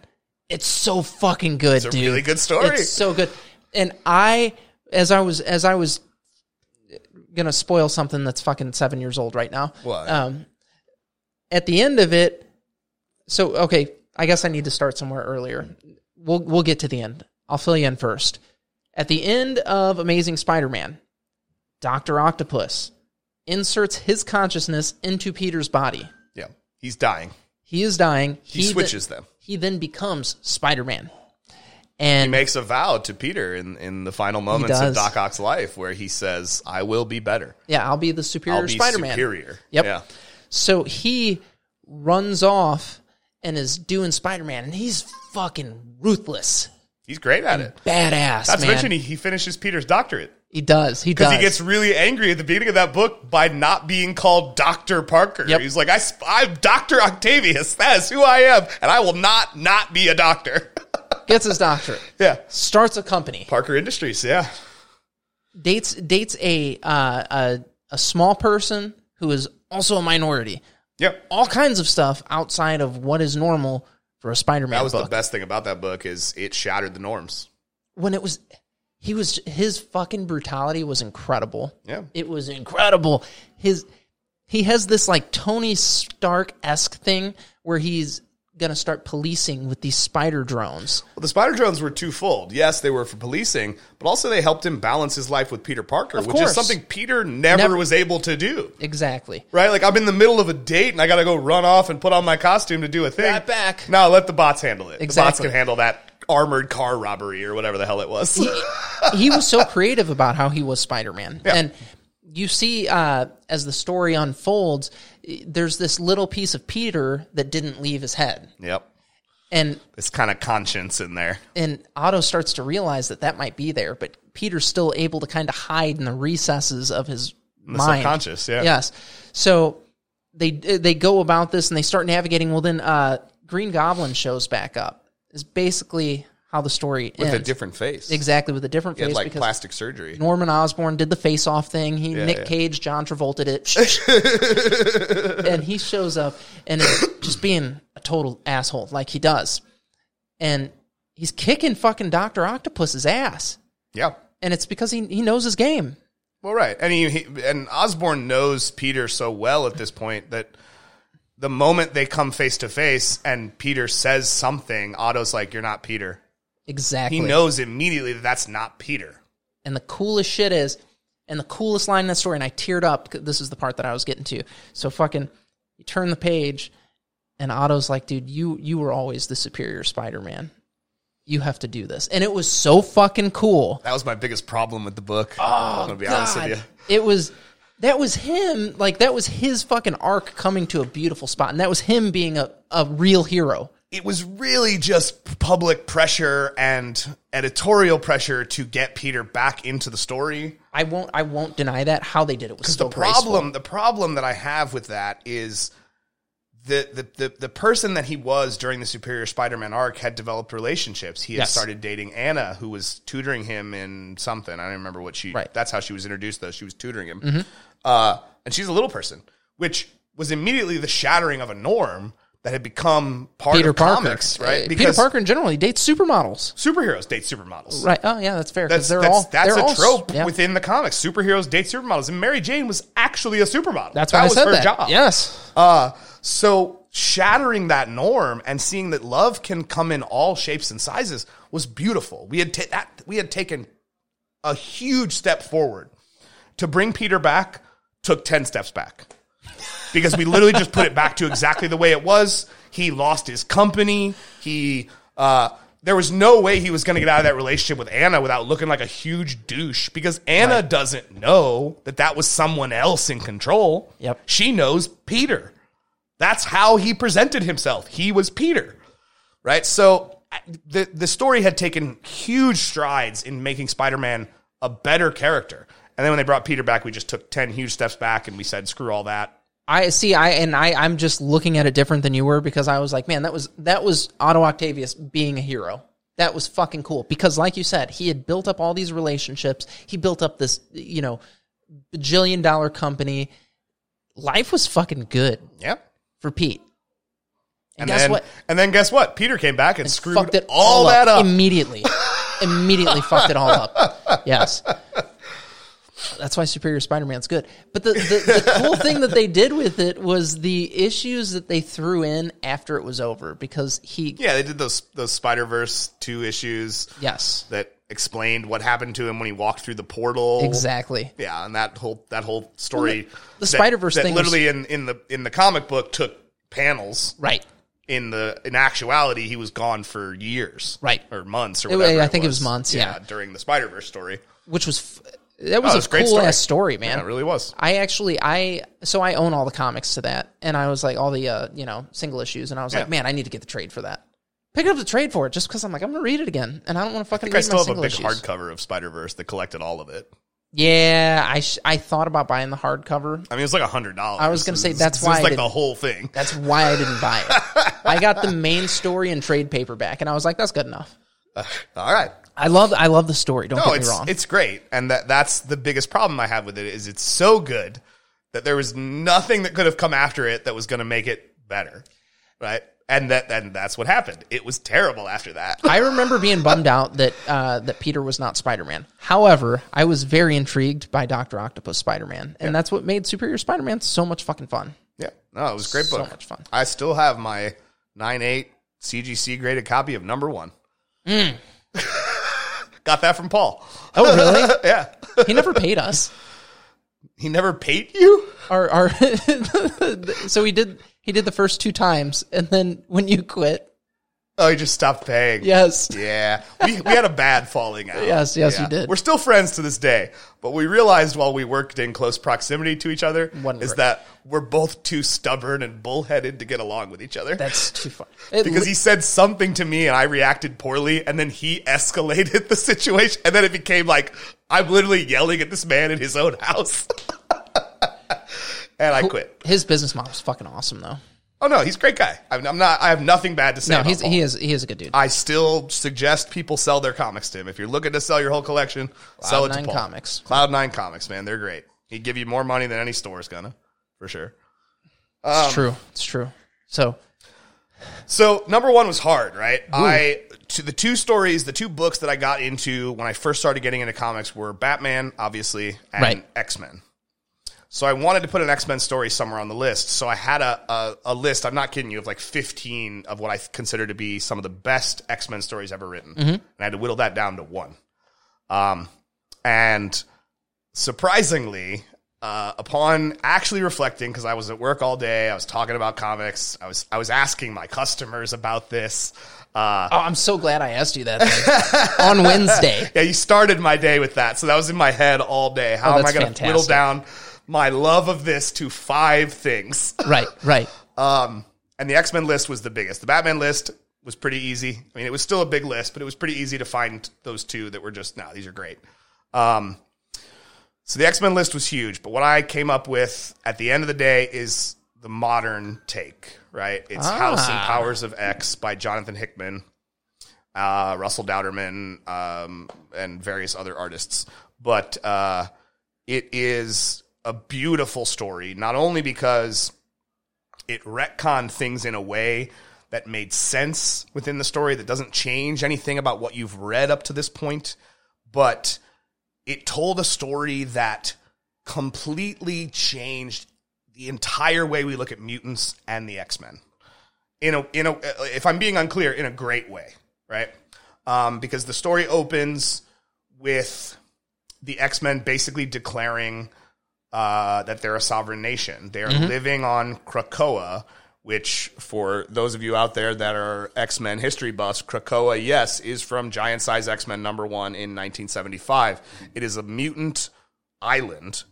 It's so fucking good,
a
dude.
really good story.
It's so good. And I, as I was, as I was gonna spoil something that's fucking seven years old right now.
What?
Um, at the end of it, so okay, I guess I need to start somewhere earlier. We'll we'll get to the end. I'll fill you in first. At the end of Amazing Spider-Man, Doctor Octopus inserts his consciousness into Peter's body.
Yeah, he's dying.
He is dying.
He
then-
switches them.
He then becomes Spider-Man, and
Makes a vow to Peter in, in the final moments of
does.
Doc Ock's life where he says, I will be better.
yeah, I'll be the superior
I'll be
Spider-Man.
superior.
Yep.
Yeah.
So he runs off and is doing Spider Man, and he's fucking ruthless,
He's great at it.
badass.
Not to
man.
mention he, he finishes Peter's doctorate.
He does. He does.
Because E. he gets really angry at the beginning of that book by not being called Dr. Parker.
Yep.
He's like, I, sp- I'm Dr. Octavius. That is who I am. And I will not not be a doctor.
Gets his doctorate.
yeah.
Starts a company.
Parker Industries. Yeah.
Dates dates a uh, a a small person who is also a minority.
Yep.
All kinds of stuff outside of what is normal for a Spider
That
Man
was
book.
the best thing about that book is it shattered the norms.
When it was, he was his fucking brutality was incredible.
Yeah.
It was incredible. His he has this like Tony Stark esque thing where he's gonna start policing with these spider drones.
Well, the spider drones were twofold. Yes, they were for policing, but also they helped him balance his life with Peter Parker,
Of
which
course.
is something Peter never,
Never.
was able to do.
Exactly.
Right? Like I'm in the middle of a date and I got to go run off and put on my costume to do a thing.
Right back.
No, let the bots handle it. The bots
Exactly.
can handle that armored car robbery or whatever the hell it was.
he was so creative about how he was Spider Man, and you see uh, as the story unfolds, i- there's this little piece of Peter that didn't leave his head,
yep.
and
It's kind of conscience in there.
and Otto starts to realize that that might be there, but Peter's still able to kind of hide in the recesses of his mind.
subconscious, yeah.
Yes. So they they go about this and they start navigating. Well, then uh, Green Goblin shows back up. Is basically how the story
With a
ends.
different face.
exactly with a different
He had
face
like
because
plastic surgery.
Norman Osborn did the face off thing. He Nick
yeah.
Cage, John Travolta did it, and he shows up and is just being a total asshole like he does, and he's kicking fucking Doctor Octopus's ass,
Yeah.
and it's because he he knows his game.
Well, right, and he, he and Osborne knows Peter so well at this point that the moment they come face to face and Peter says something, Otto's like, "You're not Peter."
Exactly.
He knows immediately that that's not Peter.
And the coolest shit is, and the coolest line in that story, and I teared up. 'cause This is the part that I was getting to. So fucking, you turn the page, and Otto's like, "Dude, you you were always the superior Spider-Man. You have to do this." And it was so fucking cool.
That was my biggest problem with the book. I'm gonna be honest with
God,
you.
it was that was him. Like that was his fucking arc coming to a beautiful spot, and that was him being a a real hero.
It was really just public pressure and editorial pressure to get Peter back into the story.
I won't I won't deny that how they did it was so
the
graceful.
problem the problem that I have with that is the, the, the, the person that he was during the Superior Spider Man arc had developed relationships. He had
Yes.
started dating Anna, who was tutoring him in something. I don't remember what she.
Right. Mm-hmm.
That's how she was introduced, though. She was tutoring him, uh, and she's a little person, which was immediately the shattering of a norm that had become part
Peter
of
Parker,
comics, right?
Uh, Peter Parker in general, he dates supermodels.
superheroes date supermodels.
Right. Oh yeah, that's fair.
That's
'cause they're
that's,
all
that's
they're
a
all-
trope
yeah.
within the comics. Superheroes date supermodels, and Mary Jane was actually a supermodel.
That's
that
why I
was
said
her
that.
job.
Yes.
Uh, so shattering that norm and seeing that love can come in all shapes and sizes was beautiful. We had ta- that, we had taken a huge step forward to bring Peter back. Took ten steps back because we literally just put it back to exactly the way it was. He lost his company. He uh, there was no way he was going to get out of that relationship with Anna without looking like a huge douche because Anna doesn't know that that was someone else in control.
Yep.
she knows Peter. That's how he presented himself. He was Peter, right? So I- the the story had taken huge strides in making Spider Man a better character. And then when they brought Peter back, we just took ten huge steps back and we said, "Screw all that."
I see. I and I. I'm just looking at it different than you were because I was like, man, that was that was Otto Octavius being a hero. That was fucking cool because, like you said, he had built up all these relationships. He built up this, you know, bajillion dollar company. Life was fucking good
Yep.
for Pete. And,
And
guess
then,
what?
And then guess what? Peter came back and, screwed
fucked it
all, that up.
immediately. immediately fucked it all up. Yes. That's why Superior Spider-Man's good. But the, the, the cool thing that they did with it was the issues that they threw in after it was over because he
yeah, they did those those Spider Verse two issues
yes
that explained what happened to him when he walked through the portal.
exactly
Yeah, and that whole that whole story.
the Spider-Verse
that
thing was-
literally in, in the in the comic book took panels.
right
In the in actuality, he was gone for years,
Right.
or months, or
It-
whatever.
I think it was months, yeah.
during the Spider Verse story.
which was f- that was
Oh, it
a
was a great
cool
story.
ass story man
Yeah, it really was.
I actually I so I own all the comics to that, and I was like all the uh, you know single issues, and I was
Yeah.
like, man, I need to get the trade for that. Pick up the trade for it just because I'm like I'm gonna read it again, and I don't want to fucking
I think I
read my
still have a
single
big
issues.
hardcover of Spider Verse that collected all of it.
Yeah, I sh- I thought about buying the hardcover.
I mean, it's like a hundred dollars.
I was gonna say,
It's-
that's
it's
why I
like the
didn't-
whole thing.
That's why I didn't buy it. I got the main story and trade paperback, and I was like, that's good enough.
All right.
I love I love the story. Don't
No,
get me
it's
wrong.
it's great, and that that's the biggest problem I have with it is it's so good that there was nothing that could have come after it that was going to make it better, right? And that and that's what happened. It was terrible after that.
I remember being bummed out that uh, that Peter was not Spider Man. However, I was very intrigued by Doctor Octopus Spider Man, and that's what made Superior Spider Man so much fucking fun.
yeah, no, it was a great
So
book.
much fun.
I still have my nine eight CGC graded copy of number one. Got that from Paul.
Mm. Oh, really?
yeah,
he never paid us.
he never paid you.
Our, our so he did he did the first two times, and then when you quit,
Oh, he just stopped paying.
yes,
Yeah, we, we had a bad falling out.
Yes, yes,
Yeah.
you did.
We're still friends to this day, but we realized while we worked in close proximity to each other
Wasn't
is
great.
that we're both too stubborn and bullheaded to get along with each other.
that's too far. It
because
li-
he said something to me and I reacted poorly, and then he escalated the situation, and then it became like I'm literally yelling at this man in his own house, and I quit.
his business model is fucking awesome, though.
Oh no, he's a great guy. I'm, I'm not. I have nothing bad to say.
No,
about
he's
Paul.
he is he is a good dude.
I still suggest people sell their comics to him. If you're looking to sell your whole collection, sell it to
Nine
Paul.
Comics.
Cloud Nine Comics, man, they're great. He'd give you more money than any store is gonna, for sure.
It's true. It's true. So
So number one was hard, right? I to the two stories, the two books that I got into when I first started getting into comics were Batman, obviously, and
Right.
X Men. So I wanted to put an X Men story somewhere on the list. So I had a, a a list. I'm not kidding you of like 15 of what I consider to be some of the best X Men stories ever written, and I had to whittle that down to one. Um, and surprisingly, uh, upon actually reflecting, because I was at work all day, I was talking about comics, I was I was asking my customers about this. Uh,
oh, I'm so glad I asked you that thing. on Wednesday.
yeah, you started my day with that, so that was in my head all day. How
Oh,
am I
that's
going to whittle
fantastic.
down my love of this to five things?
Right. Right.
Um, and the X Men list was the biggest. The Batman list was pretty easy. I mean, it was still a big list, but it was pretty easy to find those two that were just, nah, these are great. Um, so the X Men list was huge. But what I came up with at the end of the day is the the modern take, right? It's House and
Ah.
Powers of X by Jonathan Hickman, uh, Russell Dowderman, um, and various other artists. But uh, it is a beautiful story, not only because it retconned things in a way that made sense within the story that doesn't change anything about what you've read up to this point, but it told a story that completely changed the entire way we look at mutants and the X Men. In a in a if I'm being unclear, in a great way, right? Um, because the story opens with the X Men basically declaring uh, that they're a sovereign nation. They are living on Krakoa, which, for those of you out there that are X Men history buffs, Krakoa, yes, is from Giant Size X Men number one in 1975. It is a mutant island,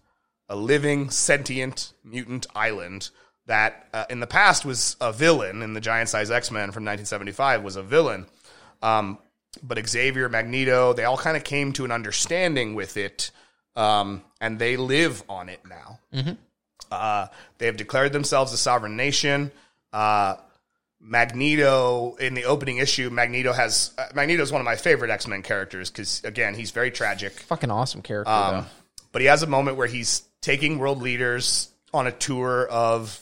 a living, sentient mutant island that uh, in the past was a villain in the Giant Size X Men from 1975 was a villain. Um, but Xavier, Magneto, they all kind of came to an understanding with it, um, and they live on it now. Uh, they have declared themselves a sovereign nation. Uh, Magneto in the opening issue, Magneto has uh, Magneto is one of my favorite X Men characters because again, he's very tragic
Fucking awesome character. though.
but he has a moment where he's taking world leaders on a tour of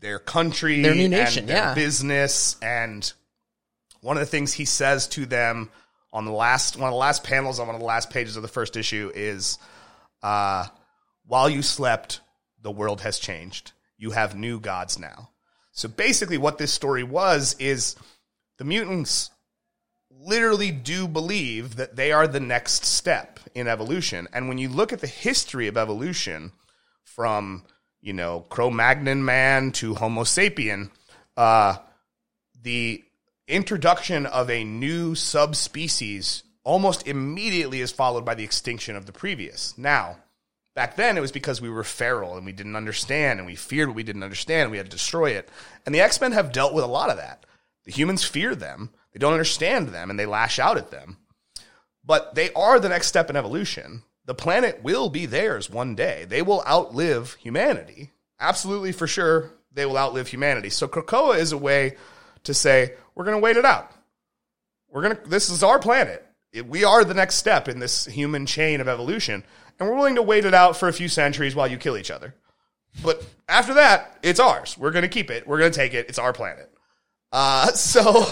their country,
Their new
and
nation,
their
yeah.
business, and one of the things he says to them on the last one of the last panels on one of the last pages of the first issue is, uh, "While you slept, the world has changed. You have new gods now." So basically, what this story was is the mutants literally do believe that they are the next step in evolution. And when you look at the history of evolution from, you know, Cro Magnon man to Homo sapien, uh, the introduction of a new subspecies almost immediately is followed by the extinction of the previous. Now, back then it was because we were feral and we didn't understand and we feared what we didn't understand and we had to destroy it. And the X Men have dealt with a lot of that. The humans fear them, they don't understand them, and they lash out at them. But they are the next step in evolution. The planet will be theirs one day. They will outlive humanity. Absolutely for sure, they will outlive humanity. So Krakoa is a way to say, we're going to wait it out we're gonna this is our planet It- we are the next step in this human chain of evolution and we're willing to wait it out for a few centuries while you kill each other but after that it's ours we're gonna keep it we're gonna take it it's our planet uh, so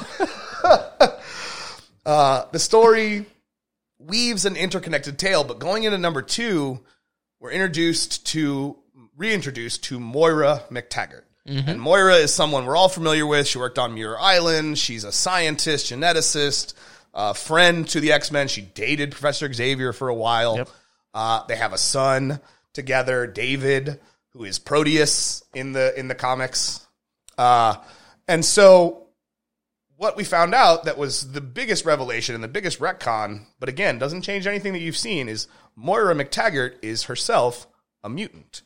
uh, the story weaves an interconnected tale but going into number two we're introduced to reintroduced to Moira McTaggart. And Moira is someone we're all familiar with. She worked on Muir Island. She's a scientist, geneticist, uh, friend to the X Men. She dated Professor Xavier for a while. Uh, they have a son together, David, who is Proteus in the in the comics. Uh, and so what we found out that was the biggest revelation and the biggest retcon, but again, doesn't change anything that you've seen, is Moira McTaggart is herself a mutant.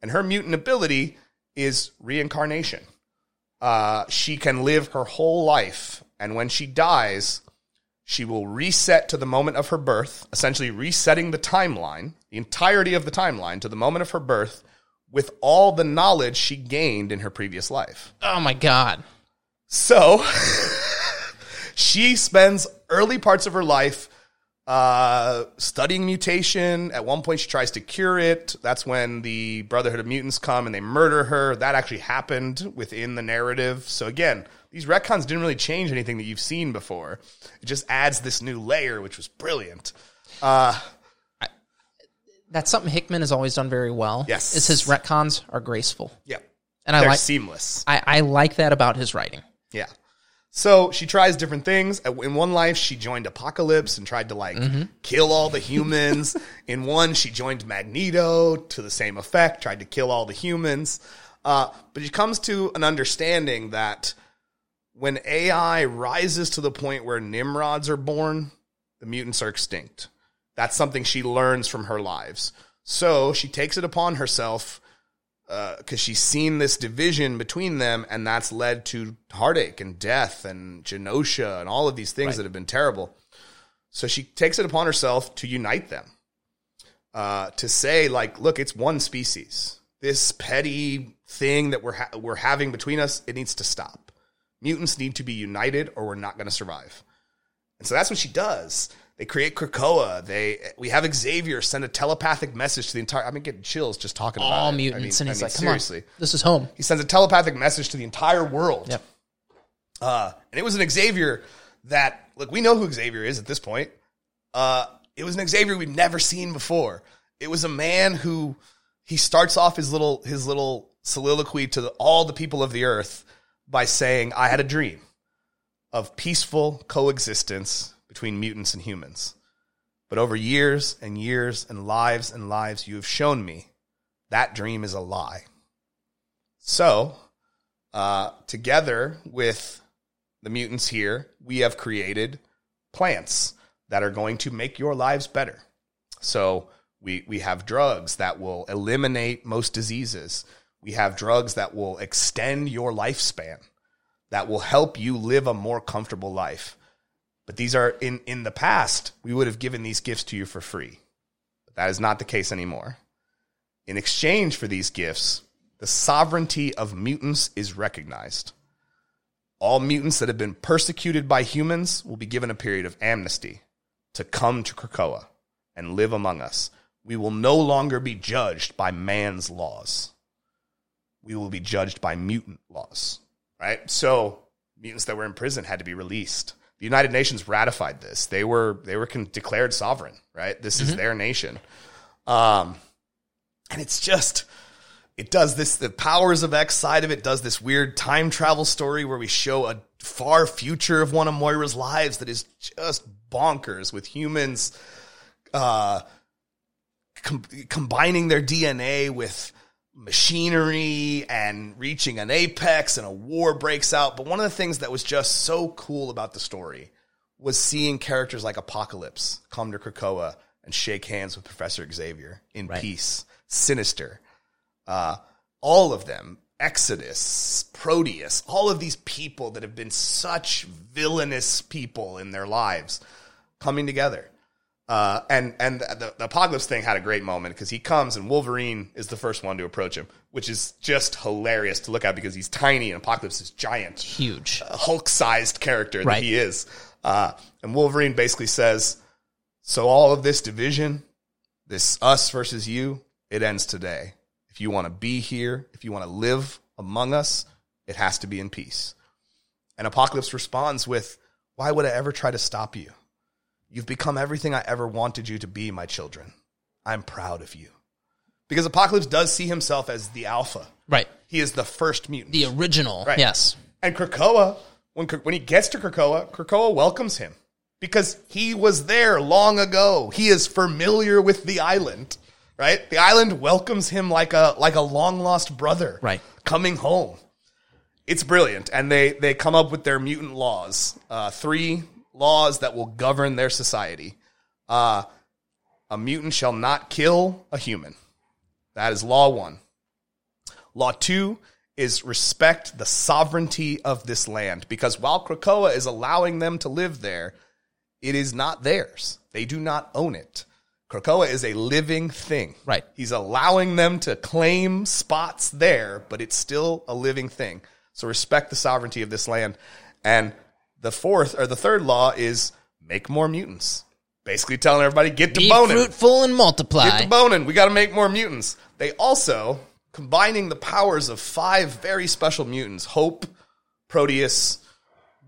And her mutant ability is reincarnation. Uh, she can live her whole life, and when she dies, she will reset to the moment of her birth, essentially resetting the timeline, the entirety of the timeline, to the moment of her birth, with all the knowledge she gained in her previous life.
Oh my god.
So she spends early parts of her life uh, studying mutation. At one point, she tries to cure it. That's when the Brotherhood of Mutants come and they murder her. That actually happened within the narrative. So again, these retcons didn't really change anything that you've seen before. It just adds this new layer, which was brilliant.
That's something Hickman has always done very well.
Yes.
Is his retcons are graceful.
Yeah,
And I
they're
like
seamless.
I, I like that about his writing.
Yeah. So she tries different things. In one life, she joined Apocalypse and tried to like kill all the humans. In one, she joined Magneto to the same effect, tried to kill all the humans. Uh, but she comes to an understanding that when AI rises to the point where Nimrods are born, the mutants are extinct. That's something she learns from her lives. So she takes it upon herself because uh, she's seen this division between them, and that's led to heartache and death and genosha and all of these things that have been terrible. So she takes it upon herself to unite them, uh, to say, like, look, it's one species. this petty thing that we're ha- we're having between us. It needs to stop. Mutants need to be united, or we're not going to survive. And so that's what she does. They create Krakoa. They we have Xavier send a telepathic message to the entire. I'm getting chills just talking about
all
it. I
mutants,
mean-
and
I
he's
mean,
like, "Come
seriously,
on, this is home."
he sends a telepathic message to the entire world.
Yep.
Uh, and it was an Xavier that, look, we know who Xavier is at this point. Uh, it was an Xavier we've never seen before. It was a man who he starts off his little his little soliloquy to the, all the people of the earth by saying, "I had a dream of peaceful coexistence between mutants and humans, but over years and years and lives and lives, you have shown me that dream is a lie." So uh, together with the mutants here, we have created plants that are going to make your lives better. So we we have drugs that will eliminate most diseases. We have drugs that will extend your lifespan, that will help you live a more comfortable life. But these are in in the past, we would have given these gifts to you for free. But that is not the case anymore. In exchange for these gifts, the sovereignty of mutants is recognized. All mutants that have been persecuted by humans will be given a period of amnesty to come to Krakoa and live among us. We will no longer be judged by man's laws. We will be judged by mutant laws. Right? So mutants that were in prison had to be released. The United Nations ratified this. They were they were con- declared sovereign, right? This is their nation. Um and it's just it does this the powers of x side of it does this weird time travel story where we show a far future of one of moira's lives that is just bonkers with humans uh com- combining their dna with machinery and reaching an apex and a war breaks out but one of the things that was just so cool about the story was seeing characters like Apocalypse come to Krakoa and shake hands with Professor Xavier in peace. Sinister, uh, all of them, Exodus, Proteus, all of these people that have been such villainous people in their lives coming together. Uh, and and the, the apocalypse thing had a great moment because he comes and Wolverine is the first one to approach him, which is just hilarious to look at because he's tiny and Apocalypse is giant.
Huge.
Hulk sized character
Right.
that he is. Uh, and Wolverine basically says, So all of this division, this us versus you, it ends today. If you want to be here, if you want to live among us, it has to be in peace. And Apocalypse responds with, Why would I ever try to stop you? You've become everything I ever wanted you to be, my children. I'm proud of you. Because Apocalypse does see himself as the Alpha.
Right.
He is the first mutant.
The original.
Right.
Yes.
And Krakoa, when Kra- when he gets to Krakoa, Krakoa welcomes him because he was there long ago. He is familiar with the island, right? The island welcomes him like a like a long lost brother,
Right.
Coming home. It's brilliant, and they they come up with their mutant laws, uh, three laws that will govern their society. Uh, a mutant shall not kill a human. That is law one. Law two is respect the sovereignty of this land because while Krakoa is allowing them to live there, it is not theirs. They do not own it. Krakoa is a living thing.
Right.
He's allowing them to claim spots there, but it's still a living thing. So respect the sovereignty of this land. And the fourth or the third law is make more mutants. Basically telling everybody get to
Be
boning.
fruitful and multiply.
Get the boning. We got to make more mutants. They also combining the powers of five very special mutants: Hope, Proteus,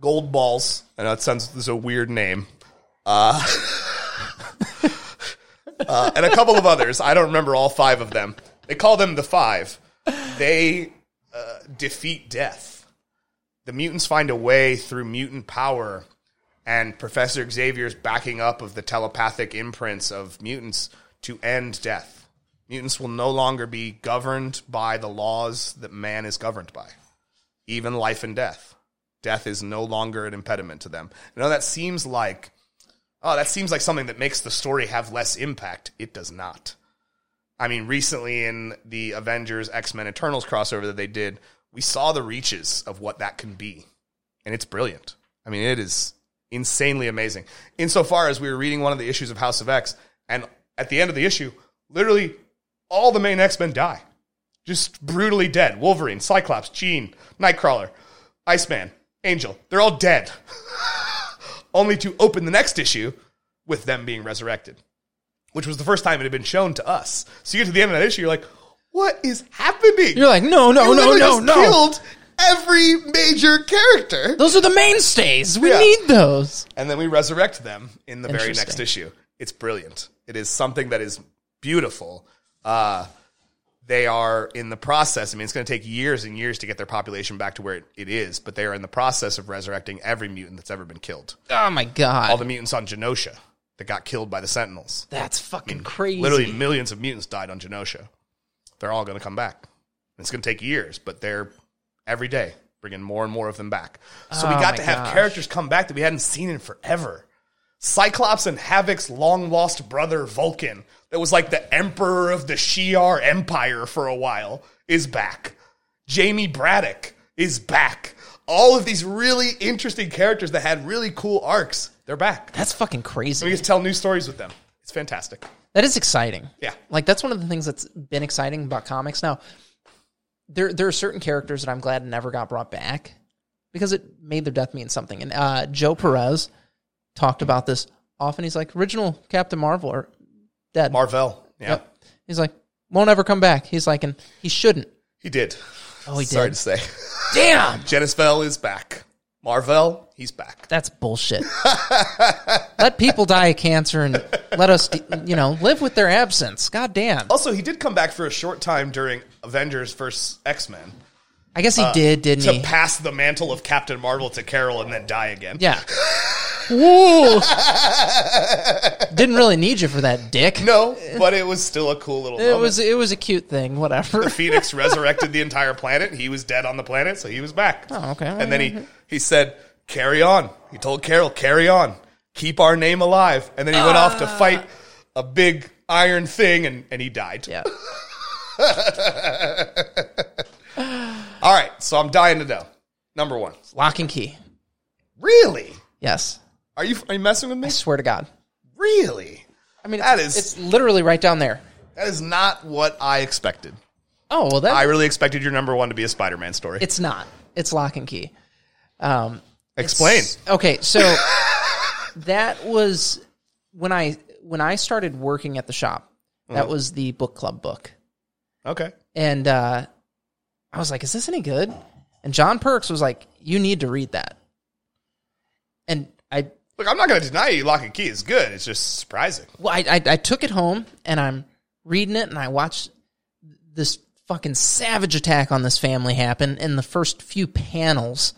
Gold Balls. I know it sounds this is a weird name. Uh, uh, and a couple of others. I don't remember all five of them. They call them the Five. They uh, defeat death. The mutants find a way through mutant power and Professor Xavier's backing up of the telepathic imprints of mutants to end death. Mutants will no longer be governed by the laws that man is governed by, even life and death. Death is no longer an impediment to them. You know, that seems like, oh, that seems like something that makes the story have less impact. It does not. I mean, recently in the Avengers X Men Eternals crossover that they did, we saw the reaches of what that can be and it's brilliant. I mean, it is insanely amazing. Insofar as we were reading one of the issues of House of X, and at the end of the issue, literally all the main X Men die. just brutally dead. Wolverine, Cyclops, Jean, Nightcrawler, Iceman, Angel. They're all dead. Only to open the next issue with them being resurrected, which was the first time it had been shown to us. So you get to the end of that issue, you're like, what is happening?
You're like, no, no,
You
no,
literally
no,
just
no.
Killed every major character.
Those are the mainstays. We
Yeah.
need those.
and then we resurrect them in the very next
Interesting.
issue. It's brilliant. It is something that is beautiful. Uh, they are in the process. I mean, it's going to take years and years to get their population back to where it, it is, but they are in the process of resurrecting every mutant that's ever been killed.
Oh my
All
god,
the mutants on Genosha that got killed by the Sentinels.
that's fucking crazy.
Literally millions of mutants died on Genosha. They're all going to come back. It's going to take years, but they're every day bringing more and more of them back. So we
Oh
got
my
to have
gosh.
characters come back that we hadn't seen in forever. Cyclops and Havoc's long lost brother Vulcan, that was like the emperor of the Shi'ar Empire for a while, is back. Jamie Braddock is back. All of these really interesting characters that had really cool arcs, they're back.
that's fucking
We
crazy.
get to tell new stories with them. It's fantastic.
That is exciting.
Yeah.
like that's one of the things that's been exciting about comics. Now, there there are certain characters that I'm glad never got brought back because it made their death mean something. And uh, Joe Perez talked about this often. He's like, original Captain Marvel or dead.
Marvel. Yeah.
Yep. He's like, won't ever come back. He's like, and he shouldn't.
He did.
Oh, he
Sorry
did.
to say.
Damn.
Janice Vell is back. Marvel, he's back.
That's bullshit. let people die of cancer and let us, you know, live with their absence. God damn.
Also, he did come back for a short time during Avengers versus X Men
I guess he did, didn't
to
he?
pass the mantle of Captain Marvel to Carol and then die again.
yeah. Woo. Didn't really need you for that, dick.
No, but it was still a cool little.
It was it was a cute thing. Whatever.
Phoenix resurrected the entire planet. He was dead on the planet, so he was back.
Oh, okay.
And then he he said, "Carry on." He told Carol, "Carry on, keep our name alive." And then he went off to
Ah.
fight a big iron thing, and and he died.
Yeah.
All right, so I'm dying to know. Number one,
Lock and key.
really?
Yes.
Are you are you messing with me?
I swear to God.
Really?
I mean,
That
it's-
is-
it's literally right down there.
That is not what I expected.
Oh well, that
I really expected your number one to be a Spider-Man story.
it's not. It's lock and key. Um,
Explain.
Okay, so that was when I when I started working at the shop.
Mm-hmm.
That was the book club book,
Okay.
and uh, I was like, "Is this any good?" And John Perks was like, "You need to read that." And I,
Look, I'm not going to deny you. Lock and Key is good. It's just surprising.
well, I, I I took it home and I'm reading it, and I watched this fucking savage attack on this family happen in the first few panels,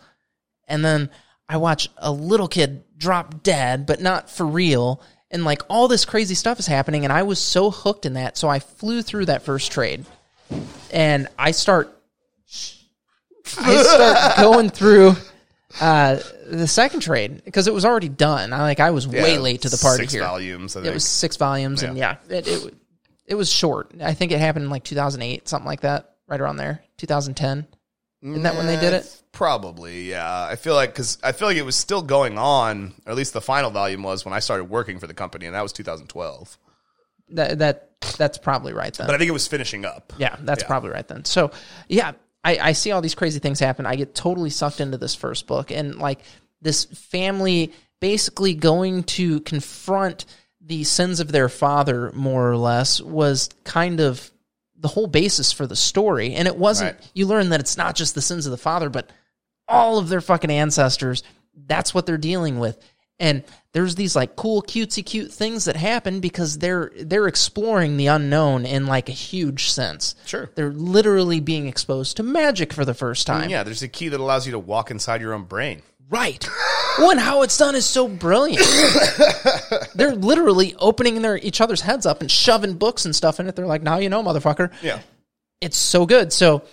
and then I watch a little kid drop dead, but not for real. And like all this crazy stuff is happening, and I was so hooked in that, so I flew through that first trade, and I start, I start going through uh, the second trade because it was already done. I like I was way
Yeah,
late to the party
six
here.
volumes. I
It
think.
was six volumes, and yeah, it, it it was short. I think it happened in like 2008, something like that, right around there, 2010. Isn't that when they did it?
Probably, yeah. I feel like because I feel like it was still going on, or at least the final volume was when I started working for the company, and that was 2012.
That that that's probably right then.
But I think it was finishing up.
yeah, that's probably right then. So yeah, I, I see all these crazy things happen. I get totally sucked into this first book, and like this family basically going to confront the sins of their father, more or less, was kind of the whole basis for the story. And it wasn't.
Right.
You learn that it's not just the sins of the father, but all of their fucking ancestors. That's what they're dealing with. And there's these like cool cutesy cute things that happen because they're they're exploring the unknown in like a huge sense.
Sure.
They're literally being exposed to magic for the first time.
Yeah, there's a key that allows you to walk inside your own brain.
Right. Well, and how it's done is so brilliant. they're literally opening their each other's heads up and shoving books and stuff in it. They're like, now you know, motherfucker.
Yeah.
it's so good. So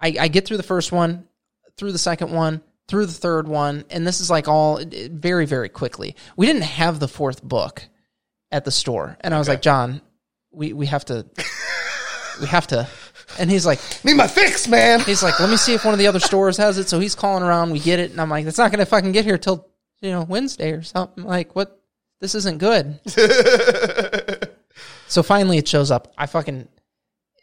I, I get through the first one, through the second one, through the third one, and this is like all it- it- very, very quickly. We didn't have the fourth book at the store, and I was like, John, we we have to, we have to, and he's like,
Need my fix, man.
he's like, let me see if one of the other stores has it. So he's calling around, we get it, and I'm like, that's not gonna fucking get here till you know Wednesday or something. Like what? This isn't good. so finally, it shows up. I fucking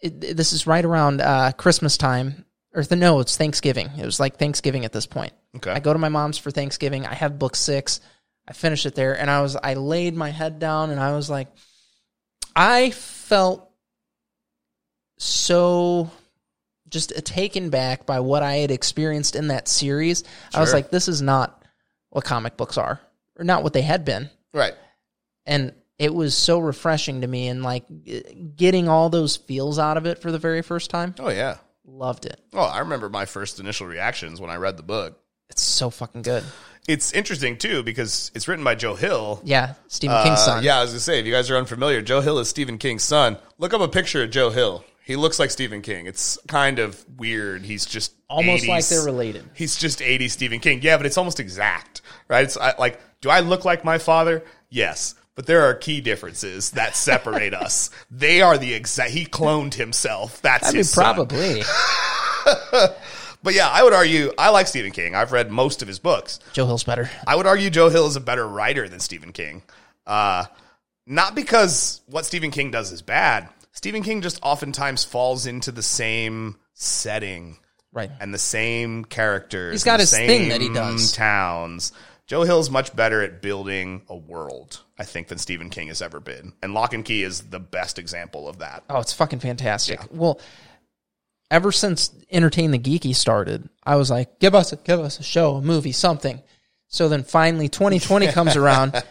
it, this is right around uh, Christmas time, or th- no, it's Thanksgiving. It was like Thanksgiving at this point.
Okay.
I go to my mom's for Thanksgiving. I have book six. I finish it there, and I was I laid my head down, and I was like, I felt so just taken back by what I had experienced in that series. I was
Sure.
like, this is not what comic books are, or not what they had been
Right.
and it was so refreshing to me and like g- getting all those feels out of it for the very first time
Oh yeah.
loved it
Well, I remember my first initial reactions when I read the book.
it's so fucking good
It's interesting too because it's written by Joe Hill.
yeah stephen
Uh,
king's son
Yeah, I was gonna say if you guys are unfamiliar, Joe Hill is Stephen King's son. Look up a picture of Joe Hill. He looks like Stephen King. It's kind of weird. He's just
almost like
80s.
they're related
He's just 80 Stephen King. Yeah, but it's almost exact, right? It's I, like, do I look like my father? Yes. But there are key differences that separate us. They are the exact. He cloned himself. That's
i mean
his son.
probably
But yeah, I would argue I like Stephen King. I've read most of his books.
joe hill's better
I would argue Joe Hill is a better writer than Stephen King. Uh, not because what Stephen King does is bad. Stephen King just oftentimes falls into the same setting
right
and the same characters.
He's
and
got
the
his thing that he does.
Towns. Joe Hill's much better at building a world, I think, than Stephen King has ever been, and Lock and Key is the best example of that.
oh it's fucking fantastic well ever since entertain the geeky started i was like give us a give us a show a movie something so then finally 2020 comes around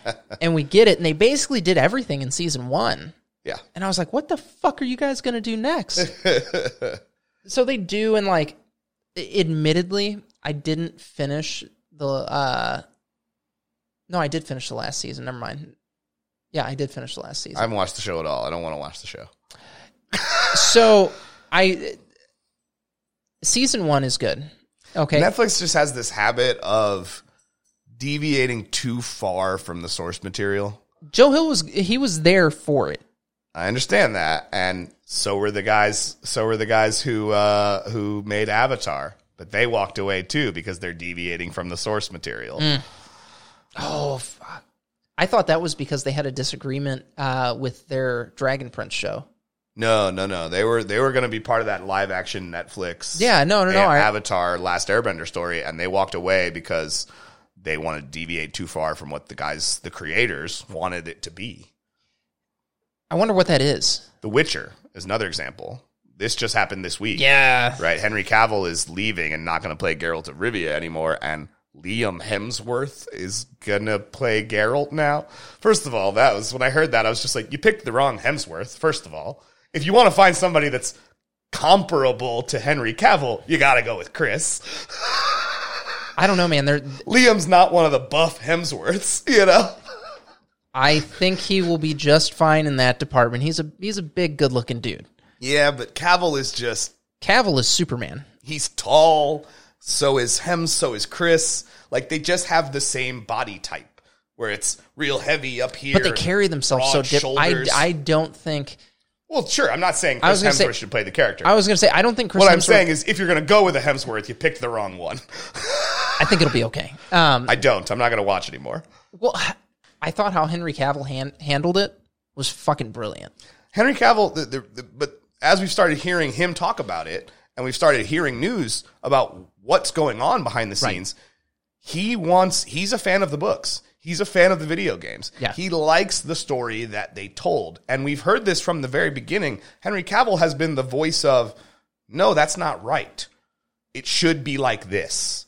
and we get it and they basically did everything in season one
Yeah,
And I was like, what the fuck are you guys going to do next? so they do. And like, a- admittedly, I didn't finish the, uh, no, I did finish the last season. Never mind. Yeah, I did finish the last
I
season.
haven't watched the show at all. I don't want to watch the show.
so I, season one is good. Okay.
Netflix just has this habit of deviating too far from the source material.
Joe Hill was, he was there for it.
I understand that, and so were the guys. So were the guys who uh, who made Avatar, but they walked away too because they're deviating from the source material.
Hmm. Oh, fuck. I thought that was because they had a disagreement uh, with their Dragon Prince show.
No, no, no. They were they were going to be part of that live action Netflix.
Yeah, no, no, no,
and
I-
Avatar Last Airbender story, and they walked away because they wanted to deviate too far from what the guys, the creators, wanted it to be.
I wonder what that is.
The Witcher is another example. This just happened this week.
Yeah.
Right. Henry Cavill is leaving and not going to play Geralt of Rivia anymore, and Liam Hemsworth is going to play Geralt now. First of all, that was when I heard that, I was just like, you picked the wrong Hemsworth, first of all. If you want to find somebody that's comparable to Henry Cavill, you got to go with Chris.
I don't know, man. They're,
Liam's not one of the buff Hemsworths, you know?
I think he will be just fine in that department. He's a he's a big, good looking dude.
Yeah, but Cavill is just
Cavill is Superman.
he's tall. So is Hem. So is Chris. Like they just have the same body type, where it's real heavy up here.
But they carry themselves so
broad
different.
shoulders.
I, I don't think
well, sure. I'm not saying Chris
was gonna
Hemsworth
say-
should play the character.
I was going to say I don't think Chris.
what I'm
Hemsworth-
saying is, if you're going to go with a Hemsworth, you picked the wrong one.
I think it'll be okay. Um,
I don't. I'm not going to watch anymore.
well, I thought how Henry Cavill han- handled it was fucking brilliant.
Henry Cavill. The, the, the, but as we've started hearing him talk about it, and we've started hearing news about what's going on behind the scenes, he wants he's a fan of the books he's a fan of the video games
Yeah.
he likes the story that they told and we've heard this from the very beginning henry cavill has been the voice of no that's not right it should be like this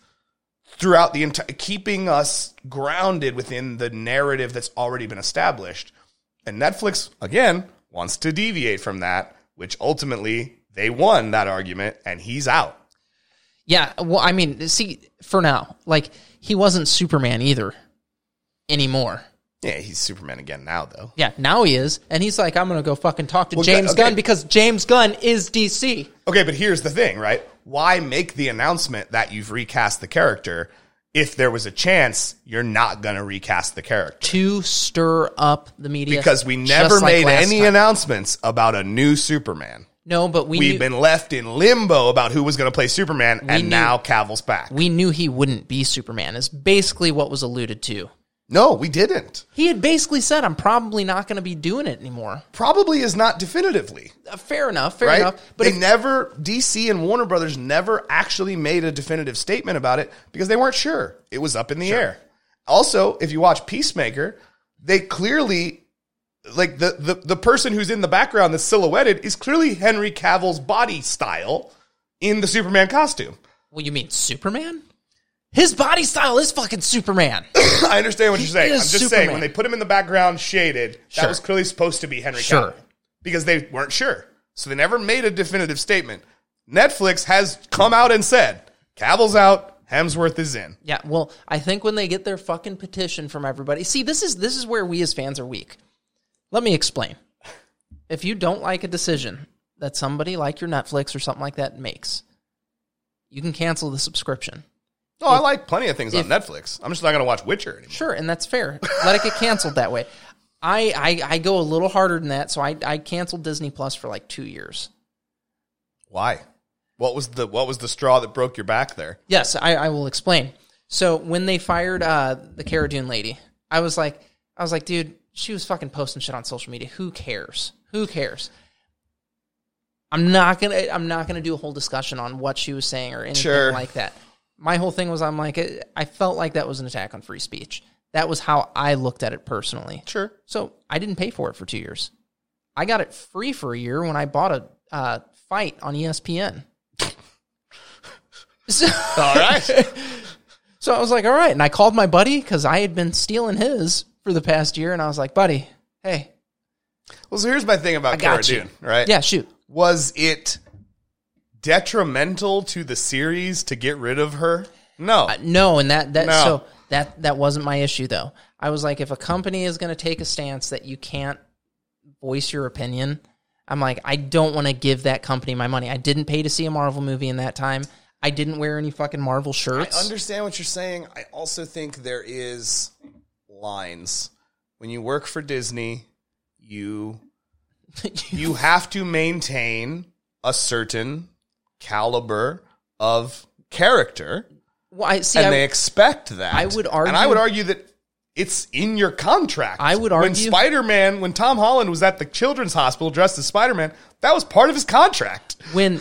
throughout the entire keeping us grounded within the narrative that's already been established and netflix again wants to deviate from that which ultimately they won that argument and he's out
Yeah. Well, I mean, see, for now, like he wasn't Superman either anymore.
yeah he's superman again now though
Yeah, now he is, and he's like, I'm gonna go fucking talk to
Well,
James
okay.
Gunn because James Gunn is DC.
Okay, but here's the thing, right? Why make the announcement that you've recast the character if there was a chance you're not going to recast the character?
to stir up the media
Because we
just
never
like
made
last
any
time.
announcements about a new Superman.
no, but we
We've
knew,
been left in limbo about who was going to play Superman, and
knew-
now Cavill's back.
we knew he wouldn't be Superman. Is basically what was alluded to.
No, we didn't.
He had basically said, "I'm probably not going to be doing it anymore."
Probably is not definitively,
Uh, fair enough. Fair
right?
enough. But
they
if,
never DC and Warner Brothers never actually made a definitive statement about it because they weren't sure. It was up in the air. Also, if you watch Peacemaker, they clearly like the, the the person who's in the background that's silhouetted is clearly Henry Cavill's body style in the Superman costume.
well, you mean Superman? His body style is fucking Superman.
I understand what you're saying. I'm
is
just saying
Superman.
when they put him in the background shaded, that
Sure.
was clearly supposed to be Henry
Sure.
Cavill because they weren't sure. So they never made a definitive statement. Netflix has come out and said Cavill's out, Hemsworth is in.
Yeah, well, I think when they get their fucking petition from everybody, see, this is this is where we as fans are weak. Let me explain. If you don't like a decision that somebody like your Netflix or something like that makes, you can cancel the subscription.
No, I like plenty of things on Netflix. I'm just not going to watch Witcher anymore.
Sure, and that's fair. Let it get canceled that way. I, I I go a little harder than that, so I I canceled Disney Plus for like two years.
Why? What was the what was the straw that broke your back there?
Yes, I, I will explain. So when they fired uh, the Cara Dune lady, I was like, I was like, dude, she was fucking posting shit on social media. Who cares? Who cares? I'm not gonna. I'm not gonna do a whole discussion on what she was saying or anything
Sure.
like that. My whole thing was, I'm like, I- I felt like that was an attack on free speech. That was how I looked at it personally.
Sure.
So I didn't pay for it for two years. I got it free for a year when I bought a uh, fight on ESPN. so,
All right.
so I was like, all right. And I called my buddy because I had been stealing his for the past year. And I was like, buddy, hey,
well, so here's my thing about Cara
got you.
Dune, right?
yeah, shoot.
Was it detrimental to the series to get rid of her? No.
No, and that that
No.
so that that wasn't my issue though. I was like, if a company is going to take a stance that you can't voice your opinion, I'm like, I don't want to give that company my money. I didn't pay to see a Marvel movie in that time. I didn't wear any fucking Marvel shirts.
I understand what you're saying. I also think there is lines. When you work for Disney, you you have to maintain a certain caliber of character
well, I see.
and
I,
they expect that.
I would
and I
argue-
would argue that it's in your contract.
I would
when
argue-
Spider Man, when Tom Holland was at the children's hospital dressed as Spider Man, that was part of his contract.
when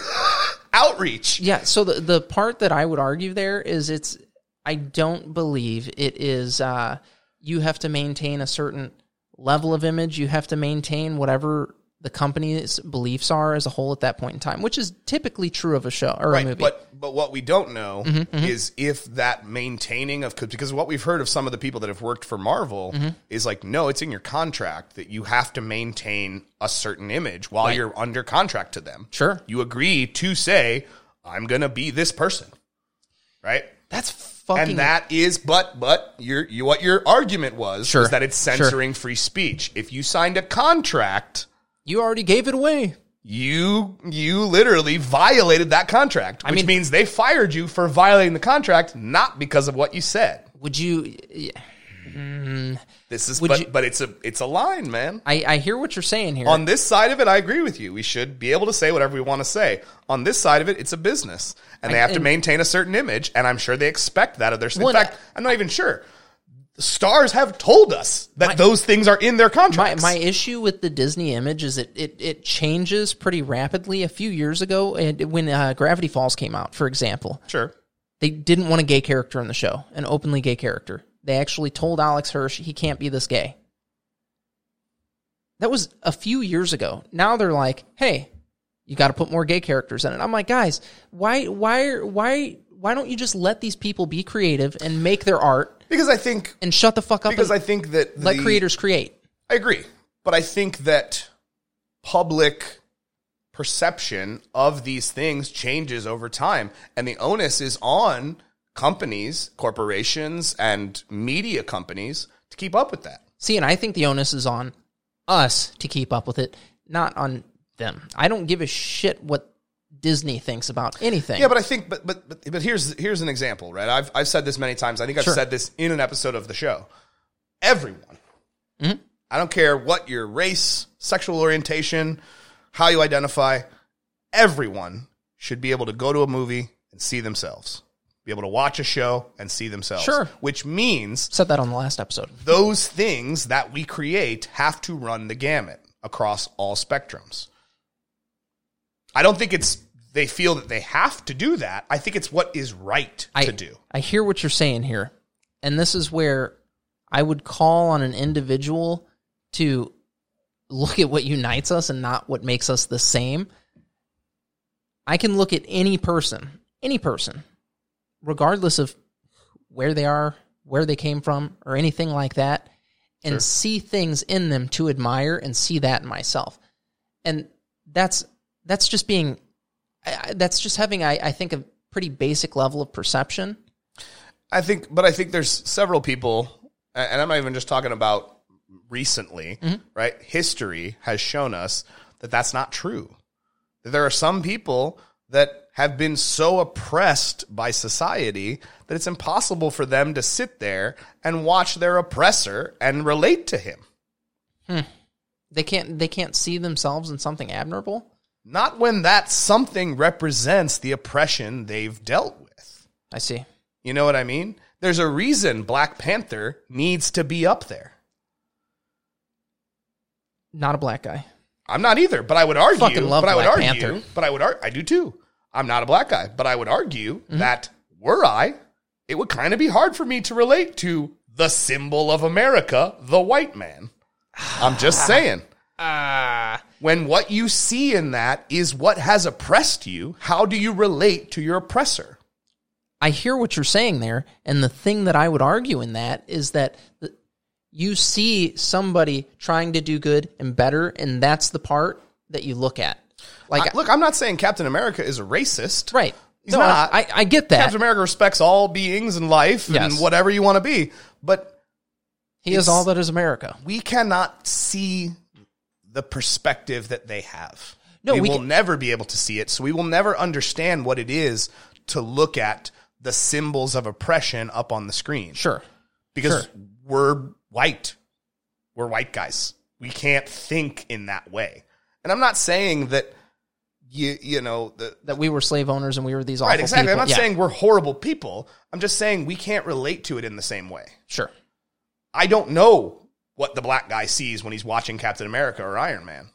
Outreach.
yeah. So the the part that I would argue there is it's. I don't believe it is. Uh, you have to maintain a certain level of image. You have to maintain whatever the company's beliefs are as a whole at that point in time, which is typically true of a show or a
Right,
movie. Mm-hmm,
but but what we don't know is if that maintaining of because what we've heard of some of the people that have worked for Marvel
Mm-hmm.
is like no, it's in your contract that you have to maintain a certain image while you're under contract to them.
Sure.
you agree to say I'm going to be this person, right?
That's fucking.
And that is, but but your you, what your argument was
Sure.
is that it's
Sure.
censoring free speech. If you signed a contract,
you already gave it away.
you you literally violated that contract, which
mean-
means they fired you for violating the contract, not because of what you said.
Would you? yeah.
This is,
Would
but
you-
but it's a it's a line, man.
I I hear what you're saying here.
On this side of it, I agree with you. We should be able to say whatever we want to say. On this side of it, it's a business, and they have to
and-
maintain a certain image, and I'm sure they expect that of their. In
Well,
fact, I'm not even sure. Stars have told us that those things are in their
my,
contracts.
my issue with the Disney image is it, it, it changes pretty rapidly. A few years ago, and when uh, Gravity Falls came out, for example,
sure.
they didn't want a gay character in the show, an openly gay character. They actually told Alex Hirsch he can't be this gay. That was a few years ago. Now they're like, "Hey, you got to put more gay characters in it." I'm like, "Guys, why why why why don't you just let these people be creative and make their art
Because I think
and shut the fuck up
because I
and
think that
let
the-
creators create?"
I agree, but I think that public perception of these things changes over time, and the onus is on companies, corporations, and media companies to keep up with that.
See, and I think the onus is on us to keep up with it, not on them. I don't give a shit what Disney thinks about anything.
Yeah, but I think, but but but, but here's here's an example, right? I've I've said this many times. I think I've
Sure.
said this in an episode of the show. Everyone,
Mm-hmm.
I don't care what your race, sexual orientation, how you identify, everyone should be able to go to a movie and see themselves. be able to watch a show and see themselves.
Sure.
Which means
Said that on the last episode.
those things that we create have to run the gamut across all spectrums. I don't think it's they feel that they have to do that. I think it's what is right
I,
to do.
I hear what you're saying here. And this is where I would call on an individual to look at what unites us and not what makes us the same. I can look at any person, any person, regardless of where they are, where they came from, or anything like that, and see things in them to admire and see that in myself. And that's that's just being I, I- that's just having I, I think a pretty basic level of perception.
I think, but I think there's several people, a- and I'm not even just talking about recently, right? History has shown us that that's not true. That There are some people that have been so oppressed by society that it's impossible for them to sit there and watch their oppressor and relate to him.
They can't they can't see themselves in something admirable.
Not when that something represents the oppression they've dealt with.
I see.
You know what I mean? There's a reason Black Panther needs to be up there.
Not a black guy.
I'm not either, but I would argue.
Fucking love
but I would
Black
argue.
Panther.
But I would. Ar- I do too. I'm not a black guy, but I would argue
Mm-hmm.
that were I, it would kind of be hard for me to relate to the symbol of America, the white man. I'm just saying.
Ah.
When what you see in that is what has oppressed you, how do you relate to your oppressor?
I hear what you're saying there, and the thing that I would argue in that is that th- you see somebody trying to do good and better, and that's the part that you look at. Like,
I- look, I'm not saying Captain America is a racist.
right?
He's
no,
not.
I, I get that.
Captain America respects all beings and life
Yes.
and whatever you want to be, but
he
it's-
is all that is America.
we cannot see the perspective that they have.
No,
we,
we
will
ca-
never be able to see it. So we will never understand what it is to look at the symbols of oppression up on the screen
Sure.
because
sure.
we're white. We're white guys. We can't think in that way. And I'm not saying that you you know the
That we were slave owners and we were these awful
right exactly. I'm
people.
not
Yeah,
saying we're horrible people. I'm just saying we can't relate to it in the same way.
sure.
I don't know what the black guy sees when he's watching Captain America or Iron Man.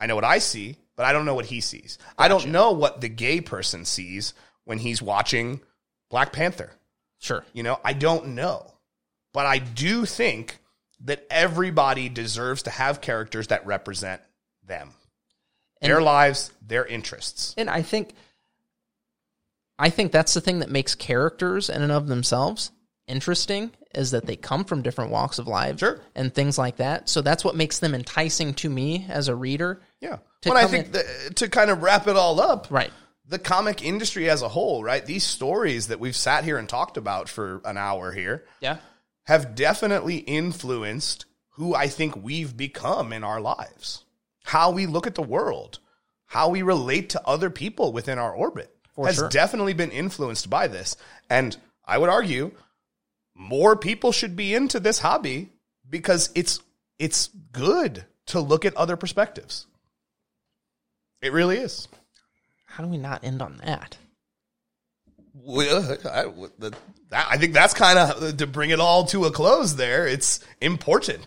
I know what I see, but I don't know what he sees. I don't know what the gay person sees when he's watching Black Panther.
Sure.
You know, I don't know. But I do think that everybody deserves to have characters that represent them. their
And-
lives, their interests.
and I think I think that's the thing that makes characters in and of themselves interesting is that they come from different walks of life
Sure.
and things like that. So that's what makes them enticing to me as a reader.
Yeah.
To
When I
come
think
in-
that, uh, to kind of wrap it all up,
Right.
the comic industry as a whole, right? These stories that we've sat here and talked about for an hour here
Yeah.
have definitely influenced who I think we've become in our lives, how we look at the world, how we relate to other people within our orbit has
sure.
definitely been influenced by this. And I would argue more people should be into this hobby because it's it's good to look at other perspectives. It really is.
How do we not end on that?
Well, I, that- I think that's kind of to bring it all to a close. There, it's important.